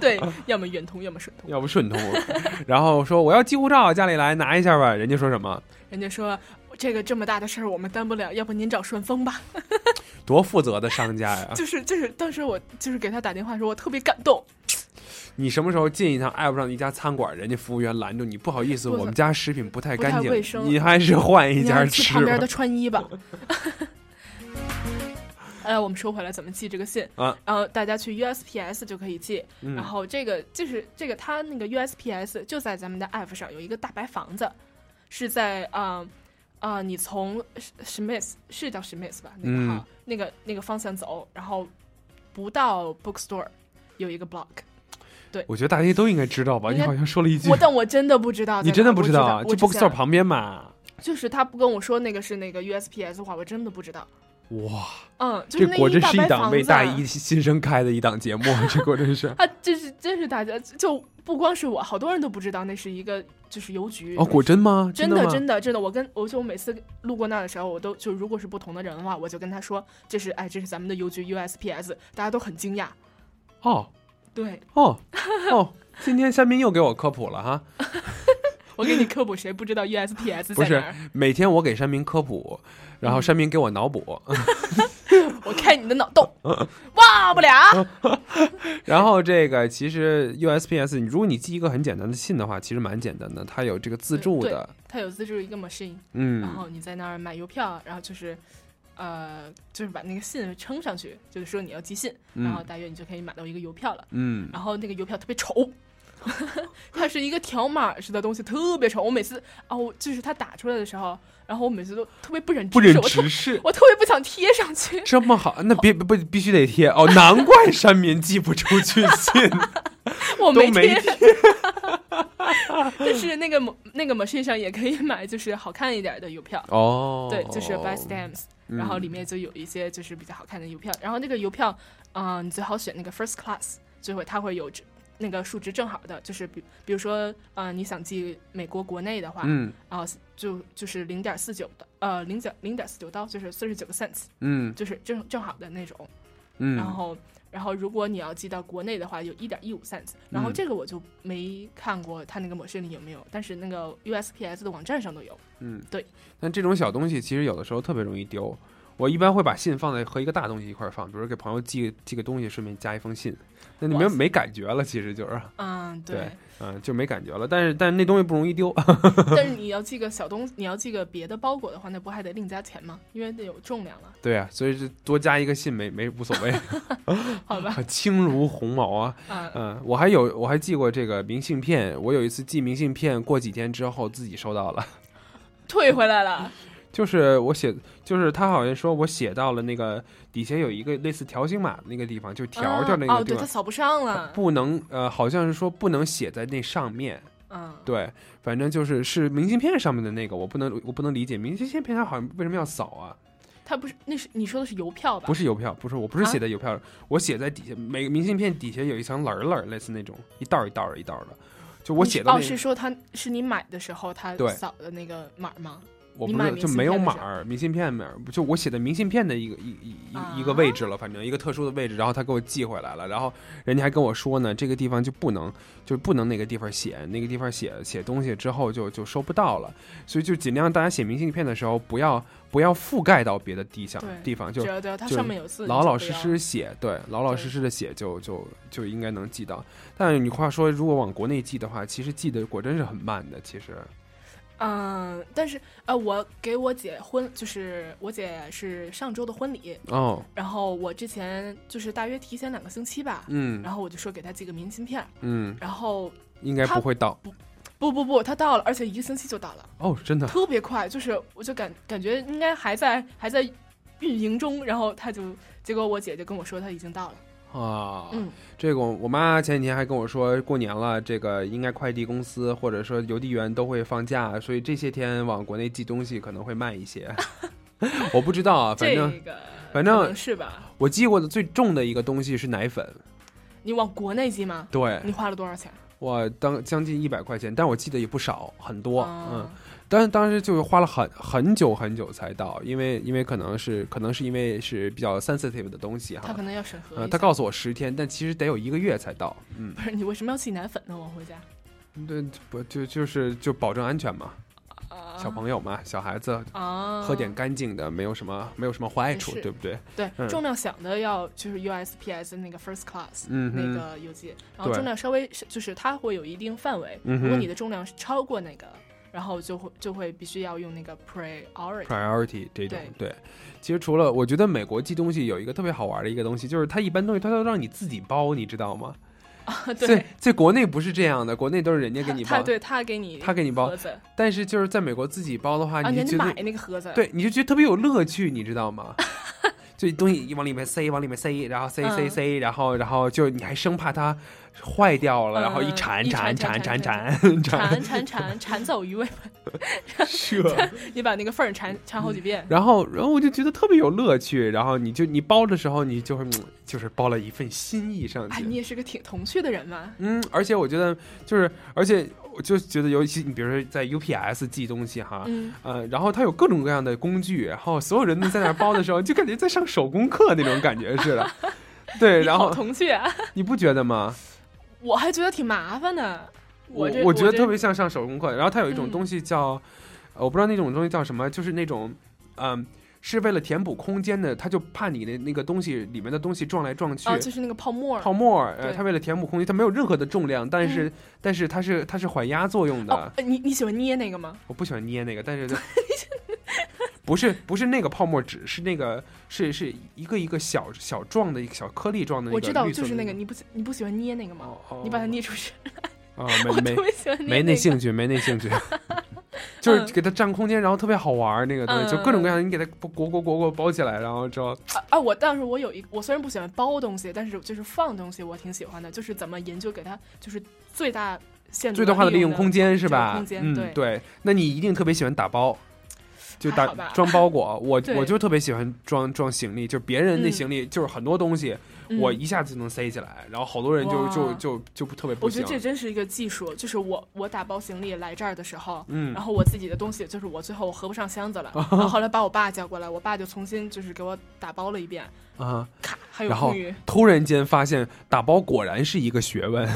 [SPEAKER 11] 对，要么圆通，要么顺通。
[SPEAKER 10] 要不顺通， 然后说我要寄护照，家里来拿一下吧。人家说什么？
[SPEAKER 11] 人家说这个这么大的事儿我们担不了，要不您找顺丰吧？
[SPEAKER 10] 多负责的商家呀！
[SPEAKER 11] 就是就是，当时我就是给他打电话说，我特别感动。
[SPEAKER 10] 你什么时候进一趟 app 上的一家餐馆，人家服务员拦住你，不好意思，
[SPEAKER 11] 不
[SPEAKER 10] 我们家食品不太
[SPEAKER 11] 不太
[SPEAKER 10] 干净
[SPEAKER 11] 卫生，
[SPEAKER 10] 你还是换一
[SPEAKER 11] 你
[SPEAKER 10] 家
[SPEAKER 11] 还是去
[SPEAKER 10] 吃
[SPEAKER 11] 旁边
[SPEAKER 10] 吧
[SPEAKER 11] 的。川 一吧。呃，我们说回来，怎么寄这个信？
[SPEAKER 10] 啊
[SPEAKER 11] 然后大家去 USPS 就可以寄。
[SPEAKER 10] 嗯
[SPEAKER 11] 然后这个就是这个，它那个 USPS 就在咱们的 App 上有一个大白房子，是在啊啊、呃你从史史密斯是叫史密斯吧？那个号、
[SPEAKER 10] 嗯
[SPEAKER 11] 那个那个方向走，然后不到 Bookstore 有一个 block。对，
[SPEAKER 10] 我觉得大家都应该知道吧？
[SPEAKER 11] 应
[SPEAKER 10] 你
[SPEAKER 11] 该
[SPEAKER 10] 好像说了一句
[SPEAKER 11] 我，但我真的不知道在哪儿，
[SPEAKER 10] 你真的
[SPEAKER 11] 不
[SPEAKER 10] 不道啊？
[SPEAKER 11] 我
[SPEAKER 10] 就
[SPEAKER 11] 之前
[SPEAKER 10] bookstore 旁边嘛。
[SPEAKER 11] 就是他不跟我说那个是那个 USPS 的话，我真的不知道。
[SPEAKER 10] 哇，
[SPEAKER 11] 嗯，就是
[SPEAKER 10] 这
[SPEAKER 11] 那
[SPEAKER 10] 果真
[SPEAKER 11] 大
[SPEAKER 10] 是一
[SPEAKER 11] 白
[SPEAKER 10] 档
[SPEAKER 11] 房子
[SPEAKER 10] 为大一新生开的一档节目，这果真 是。
[SPEAKER 11] 啊，这是真是大家就不光是我，好多人都不知道那是一个就是邮局
[SPEAKER 10] 哦，果真吗？
[SPEAKER 11] 真
[SPEAKER 10] 的
[SPEAKER 11] 的
[SPEAKER 10] 吗
[SPEAKER 11] 真的真的，我跟我就每次路过那儿的时候，我都就如果是不同的人的话，我就跟他说这是哎这是咱们的邮局 USPS，大家都很惊讶。
[SPEAKER 10] 哦
[SPEAKER 11] 对
[SPEAKER 10] 哦哦！今天山民又给我科普了哈，
[SPEAKER 11] 我给你科普，谁不知道 USPS
[SPEAKER 10] 不
[SPEAKER 11] 在
[SPEAKER 10] 是
[SPEAKER 11] 哪儿？嗯
[SPEAKER 10] 每天我给山民科普，然后山民给我脑补，
[SPEAKER 11] 我开你的脑 洞，忘不了。
[SPEAKER 10] 然后这个其实 USPS，你如果你寄一个很简单的信的话，其实蛮简单的，它有这个自助
[SPEAKER 11] 对
[SPEAKER 10] 的，，
[SPEAKER 11] 他有自助一个 machine，
[SPEAKER 10] 嗯
[SPEAKER 11] 然后你在那儿买邮票，然后就是，呃，就是把那个信撑上去，就是说你要寄信，
[SPEAKER 10] 嗯
[SPEAKER 11] 然后大约你就可以买到一个邮票了。
[SPEAKER 10] 嗯
[SPEAKER 11] 然后那个邮票特别丑， 它是一个条码似的东西，特别丑。我每次啊，我就是它打出来的时候，然后我每次都特别不忍
[SPEAKER 10] 不忍
[SPEAKER 11] 我特
[SPEAKER 10] 直视
[SPEAKER 11] 我特别不想贴上去。
[SPEAKER 10] 这么好，那别不必须得贴哦，难怪山民寄不出去信，
[SPEAKER 11] 我
[SPEAKER 10] 都
[SPEAKER 11] 没
[SPEAKER 10] 没
[SPEAKER 11] 贴， 但是那个某那个 machine 上也可以买，就是好看一点的邮票。
[SPEAKER 10] 哦
[SPEAKER 11] 对，就是 buy stamps，、
[SPEAKER 10] 嗯
[SPEAKER 11] 然后里面就有一些就是比较好看的邮票，然后那个邮票，嗯、你最好选那个 first class，就会它会有那个数值正好的，就是比比如说呃你想记美国国内的话，
[SPEAKER 10] 嗯
[SPEAKER 11] 啊、就就是零点四九的呃零点零点四九刀就是四十九个 cents，
[SPEAKER 10] 嗯
[SPEAKER 11] 就是正正好的那种，
[SPEAKER 10] 嗯
[SPEAKER 11] 然后。然后，如果你要寄到国内的话，有一点一五 cents。然后
[SPEAKER 10] 嗯
[SPEAKER 11] 这个我就没看过它那个模式里有没有，但是那个 USPS 的网站上都有。
[SPEAKER 10] 嗯，
[SPEAKER 11] 对。
[SPEAKER 10] 但这种小东西其实有的时候特别容易丢。我一般会把信放在和一个大东西一块儿放，比如说给朋友寄寄个东西，顺便加一封信。那你没有没感觉了，其实就是。
[SPEAKER 11] 嗯，
[SPEAKER 10] 对，嗯，就没感觉了。但是但是那东西不容易丢。
[SPEAKER 11] 但是你要寄个小东，你要寄个别的包裹的话，那不还得另加钱吗？因为得有重量 了，
[SPEAKER 10] 对啊，所以就多加一个信没没无所谓。
[SPEAKER 11] 好吧？
[SPEAKER 10] 轻如鸿毛啊
[SPEAKER 11] 嗯！
[SPEAKER 10] 嗯，我还有我还寄过这个明信片，我有一次寄明信片，过几天之后自己收到了，
[SPEAKER 11] 退回来了。
[SPEAKER 10] 就是我写，就是他好像说我写到了那个底下有一个类似条形码的那个地方，就条条那个
[SPEAKER 11] 啊哦，
[SPEAKER 10] 地
[SPEAKER 11] 对，它
[SPEAKER 10] 方，
[SPEAKER 11] 扫不上了。
[SPEAKER 10] 不能呃，好像是说不能写在那上面。
[SPEAKER 11] 嗯，
[SPEAKER 10] 对，反正就是是明信片上面的那个，我不能我不能理解明信片它好像为什么要扫啊？
[SPEAKER 11] 它不是那是你说的是邮票吧？
[SPEAKER 10] 不是邮票，不是，我不是
[SPEAKER 11] 啊
[SPEAKER 10] 写在邮票上，我写在底下，每个明信片底下有一层棱儿棱儿，类似那种一道儿一道儿一道儿的，就我
[SPEAKER 11] 你是
[SPEAKER 10] 写到那
[SPEAKER 11] 哦，
[SPEAKER 10] 个
[SPEAKER 11] 是说它是你买的时候它
[SPEAKER 10] 对
[SPEAKER 11] 扫的那个码吗？
[SPEAKER 10] 我
[SPEAKER 11] 你
[SPEAKER 10] 不
[SPEAKER 11] 买
[SPEAKER 10] 是
[SPEAKER 11] 明
[SPEAKER 10] 就
[SPEAKER 11] 信
[SPEAKER 10] 没有
[SPEAKER 11] 片的
[SPEAKER 10] 码
[SPEAKER 11] 时候
[SPEAKER 10] 儿，明信片码儿，就我写的明信片的一个一一一一个位置了，反正一个特殊的位置，然后他给我寄回来了，然后人家还跟我说呢，这个地方就不能，就不能那个地方写，那个地方写写东西之后就就收不到了，所以就尽量大家写明信片的时候不要不要覆盖到别的地上
[SPEAKER 11] 对
[SPEAKER 10] 地方，就
[SPEAKER 11] 只要只要它
[SPEAKER 10] 就
[SPEAKER 11] 上面有字你
[SPEAKER 10] 老
[SPEAKER 11] 就
[SPEAKER 10] 老
[SPEAKER 11] 不
[SPEAKER 10] 实
[SPEAKER 11] 要
[SPEAKER 10] 实写，对，老老实实的写就就就应该能寄到。但是你话说，如果往国内寄的话，其实寄的果真是很慢的，其实，
[SPEAKER 11] 嗯，但是呃，我给我姐婚，就是我姐是上周的婚礼
[SPEAKER 10] 哦
[SPEAKER 11] 然后我之前就是大约提前两个星期吧，
[SPEAKER 10] 嗯
[SPEAKER 11] 然后我就说给她寄个明信片儿，
[SPEAKER 10] 嗯，
[SPEAKER 11] 然后
[SPEAKER 10] 应该
[SPEAKER 11] 她
[SPEAKER 10] 不会到。
[SPEAKER 11] 不不不，他到了，而且一个星期就到了，
[SPEAKER 10] 哦，真的，
[SPEAKER 11] 特别快，就是我就感感觉应该还在还在运营中，然后他就结果我姐就跟我说他已经到了，
[SPEAKER 10] 啊，
[SPEAKER 11] 嗯，
[SPEAKER 10] 这个我我妈前几天还跟我说，过年了，这个应该快递公司或者说邮递员都会放假，所以这些天往国内寄东西可能会慢一些。 我不知道啊，反
[SPEAKER 11] 这
[SPEAKER 10] 正
[SPEAKER 11] 个
[SPEAKER 10] 反
[SPEAKER 11] 可
[SPEAKER 10] 正
[SPEAKER 11] 能是吧？
[SPEAKER 10] 我寄过的最重的一个东西是奶粉，
[SPEAKER 11] 你往国内寄吗？
[SPEAKER 10] 对
[SPEAKER 11] 你花了多少钱？
[SPEAKER 10] 我当将近一百块钱，但我记得也不少，很多，
[SPEAKER 11] 哦
[SPEAKER 10] 嗯。但当时就是花了很很久很久才到，因为因为可能是可能是因为是比较 sensitive 的东西哈，
[SPEAKER 11] 他可能要审核一下。
[SPEAKER 10] 呃，他告诉我十天，但其实得有一个月才到，嗯
[SPEAKER 11] 不，是你为什么要寄奶粉呢？往回家？
[SPEAKER 10] 对，不就就是就保证安全嘛，小朋友嘛，小孩子
[SPEAKER 11] 啊
[SPEAKER 10] 喝点干净的，没有什么没有什么坏
[SPEAKER 11] 也
[SPEAKER 10] 处，
[SPEAKER 11] 是
[SPEAKER 10] 对不对？
[SPEAKER 11] 对，
[SPEAKER 10] 嗯
[SPEAKER 11] 重量小的要就是 USPS 那个 First Class
[SPEAKER 10] 嗯哼
[SPEAKER 11] 那个邮寄，然后
[SPEAKER 10] 对
[SPEAKER 11] 重量稍微是就是它会有一定范围，
[SPEAKER 10] 嗯哼
[SPEAKER 11] 如果你的重量是超过那个，然后就会就会必须要用那个 Priority。
[SPEAKER 10] priority 这种
[SPEAKER 11] 对
[SPEAKER 10] 对。其实除了我觉得美国寄东西有一个特别好玩的一个东西，就是它一般东西它都让你自己包，你知道吗？
[SPEAKER 11] 啊，
[SPEAKER 10] 在
[SPEAKER 11] 对，
[SPEAKER 10] 在国内不是这样的，国内都是人家给你
[SPEAKER 11] 他
[SPEAKER 10] 包，
[SPEAKER 11] 对他给你
[SPEAKER 10] 他给你包
[SPEAKER 11] 盒子。
[SPEAKER 10] 但是就是在美国自己包的话，
[SPEAKER 11] 啊，
[SPEAKER 10] 你
[SPEAKER 11] 你
[SPEAKER 10] 就
[SPEAKER 11] 还得
[SPEAKER 10] 觉
[SPEAKER 11] 买
[SPEAKER 10] 得
[SPEAKER 11] 那个盒子，
[SPEAKER 10] 对，，你就觉得特别有乐趣，你知道吗？ 就东西一往里面塞，往里面塞，然后塞塞
[SPEAKER 11] 嗯
[SPEAKER 10] 塞，然后然后就你还生怕它坏掉了，然后一
[SPEAKER 11] 嗯
[SPEAKER 10] 缠
[SPEAKER 11] 一
[SPEAKER 10] 缠
[SPEAKER 11] 缠
[SPEAKER 10] 缠
[SPEAKER 11] 缠
[SPEAKER 10] 缠
[SPEAKER 11] 缠 缠缠缠走鱼尾巴，你把那个缝儿
[SPEAKER 10] 嗯
[SPEAKER 11] 缠缠好几遍，
[SPEAKER 10] 然后，然后我就觉得特别有乐趣。然后你就你包的时候，你就会嗯就是包了一份心意上
[SPEAKER 11] 哎，
[SPEAKER 10] 去。
[SPEAKER 11] 你也是个挺童趣的人嘛，
[SPEAKER 10] 嗯，而且我觉得就是，而且我就觉得，尤其你比如说在 UPS 寄东西哈，
[SPEAKER 11] 嗯
[SPEAKER 10] 呃，然后它有各种各样的工具，然后所有人都在那儿包的时候，就感觉在上手工课那种感觉似的。对，
[SPEAKER 11] 你
[SPEAKER 10] 然
[SPEAKER 11] 好
[SPEAKER 10] 后
[SPEAKER 11] 童趣啊，
[SPEAKER 10] 你不觉得吗？
[SPEAKER 11] 我还觉得挺麻烦的，
[SPEAKER 10] 我
[SPEAKER 11] 这
[SPEAKER 10] 觉得
[SPEAKER 11] 这
[SPEAKER 10] 特别像上手工课。然后它有一种
[SPEAKER 11] 嗯
[SPEAKER 10] 东西叫，呃我不知道那种东西叫什么，就是那种，嗯、是为了填补空间的，它就怕你的那个东西里面的东西撞来撞去。
[SPEAKER 11] 啊，就是那个泡沫儿，
[SPEAKER 10] 泡沫儿，呃，
[SPEAKER 11] 对
[SPEAKER 10] 它为了填补空间，它没有任何的重量，但是、但是它是它是缓压作用的。
[SPEAKER 11] 呃你你喜欢捏那个吗？
[SPEAKER 10] 我不喜欢捏那个， 但是它不是不是那个泡沫纸，是那个是是一个一个小小状的一个小颗粒状的那个
[SPEAKER 11] 我知道，
[SPEAKER 10] 绿色
[SPEAKER 11] 就是
[SPEAKER 10] 那哦
[SPEAKER 11] 那个，你不喜你不喜欢捏那个吗？你把它捏出去，
[SPEAKER 10] 啊，
[SPEAKER 11] 我
[SPEAKER 10] 没
[SPEAKER 11] 特别喜欢
[SPEAKER 10] 没
[SPEAKER 11] 捏
[SPEAKER 10] 没
[SPEAKER 11] 那个嗯
[SPEAKER 10] 兴趣，没那兴 趣，就是给它占空间，然后特别好玩儿那个东西，就各种各样的，你给它裹裹裹裹裹包起来，然后之后
[SPEAKER 11] 啊啊！我但是我有一个，我虽然不喜欢包东西，但是就是放东西我挺喜欢的，就是怎么研究给它就是最大限度
[SPEAKER 10] 最大化的
[SPEAKER 11] 利
[SPEAKER 10] 利用
[SPEAKER 11] 的
[SPEAKER 10] 空间是
[SPEAKER 11] 这个
[SPEAKER 10] 吧？
[SPEAKER 11] 空间
[SPEAKER 10] 嗯，
[SPEAKER 11] 对
[SPEAKER 10] 对，那你一定特别喜欢打包，就
[SPEAKER 11] 还
[SPEAKER 10] 打
[SPEAKER 11] 好吧
[SPEAKER 10] 装包裹， 我
[SPEAKER 11] 对
[SPEAKER 10] 我就特别喜欢装装行李，就别人那
[SPEAKER 11] 嗯
[SPEAKER 10] 行李就是很多东西，
[SPEAKER 11] 嗯
[SPEAKER 10] 我一下子就能塞起来，然后好多人就
[SPEAKER 11] 哇
[SPEAKER 10] 就就就不特别不
[SPEAKER 11] 我觉
[SPEAKER 10] 行
[SPEAKER 11] 得。这真是一个技术，就是我我打包行李来这儿的时候，
[SPEAKER 10] 嗯
[SPEAKER 11] 然后我自己的东西就是我最后我合不上箱子 了，然后后来把我爸叫过来，我爸就重新就是给我打包了一遍，
[SPEAKER 10] 啊，
[SPEAKER 11] 还有
[SPEAKER 10] 然后
[SPEAKER 11] 空余，
[SPEAKER 10] 突然间发现打包果然是一个学问。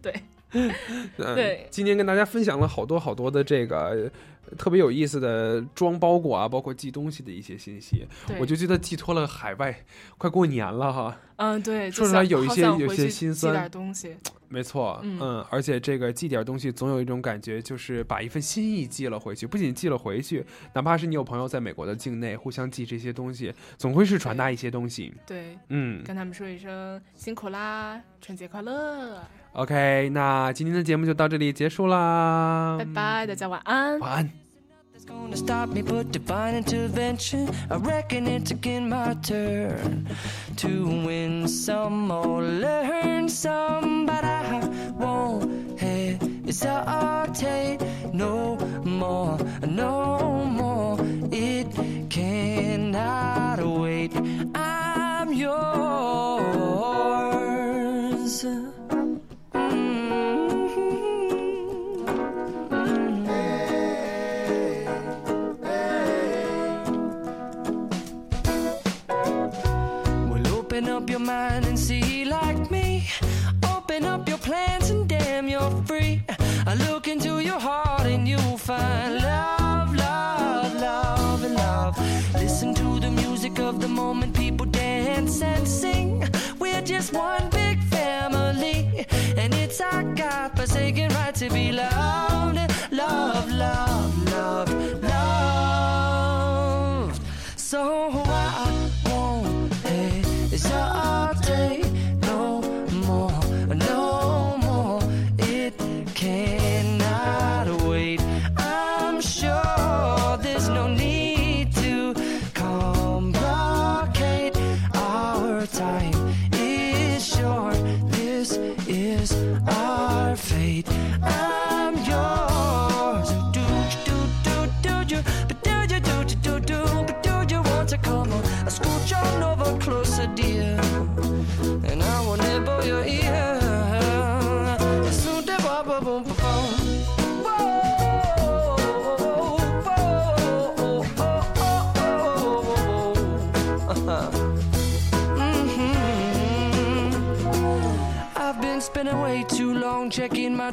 [SPEAKER 11] 对，
[SPEAKER 10] 嗯
[SPEAKER 11] 对
[SPEAKER 10] 今天跟大家分享了好多好多的这个呃特别有意思的装包裹啊，包括寄东西的一些信息
[SPEAKER 11] 对，
[SPEAKER 10] 我就觉得寄托了海外，快过年了哈。
[SPEAKER 11] 嗯，对，就
[SPEAKER 10] 说出来
[SPEAKER 11] 想
[SPEAKER 10] 有一
[SPEAKER 11] 好
[SPEAKER 10] 些
[SPEAKER 11] 想
[SPEAKER 10] 有
[SPEAKER 11] 回
[SPEAKER 10] 些
[SPEAKER 11] 去
[SPEAKER 10] 心
[SPEAKER 11] 寄点
[SPEAKER 10] 酸，
[SPEAKER 11] 东西，
[SPEAKER 10] 没错，
[SPEAKER 11] 嗯
[SPEAKER 10] 嗯，而且这个寄点东西，总有一种感觉，就是把一份心意寄了回去。不仅寄了回去，哪怕是你有朋友在美国的境内，互相寄这些东西，总会是传达一些东西。
[SPEAKER 11] 对，
[SPEAKER 10] 嗯
[SPEAKER 11] 跟他们说一声辛苦啦，春节快
[SPEAKER 10] 嗯
[SPEAKER 11] 乐，
[SPEAKER 10] ，OK，那今天的节目就到这里结束啦，
[SPEAKER 11] 拜拜，大家晚安，
[SPEAKER 10] 晚安。
[SPEAKER 4] gonna stop me but divine intervention. I reckon it's again my turn to win some or learn some, but I won't hesitate no more, no more. It cannot wait. I'm yours.
[SPEAKER 12] Mm-hmm. Well,
[SPEAKER 4] Open up your mind and see like me. Open up your plans and damn, you're free. I look into your heart and you'll find love, love, love, and love. Listen to the music of the moment, people dance and sing. We're just one big family, and it's our God forsaken right to be loved, love, love, love, love. So I won't hesitate no more, no more. It cannot wait. I'm sure there's no need to complicate. Our time is short. This is our fate. I'm yours. Do do do do do. But do do do do do do. But do you want to come on? I scooch on over closer, dear, and I will nibble your ear. Soon, da- ba- ba- boom, ba- boom. Whoa, whoa, oh, oh, oh. Mhm. I've been spending way too long checking my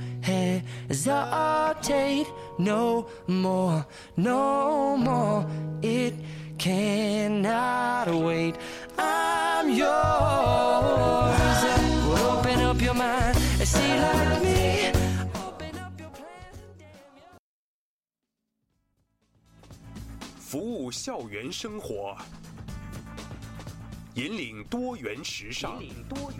[SPEAKER 4] hesitate no more, no more. It cannot wait. I'm yours. Well, open up your mind and see like me. Open up your
[SPEAKER 1] 服务校园生活，引领多元时尚，引领多元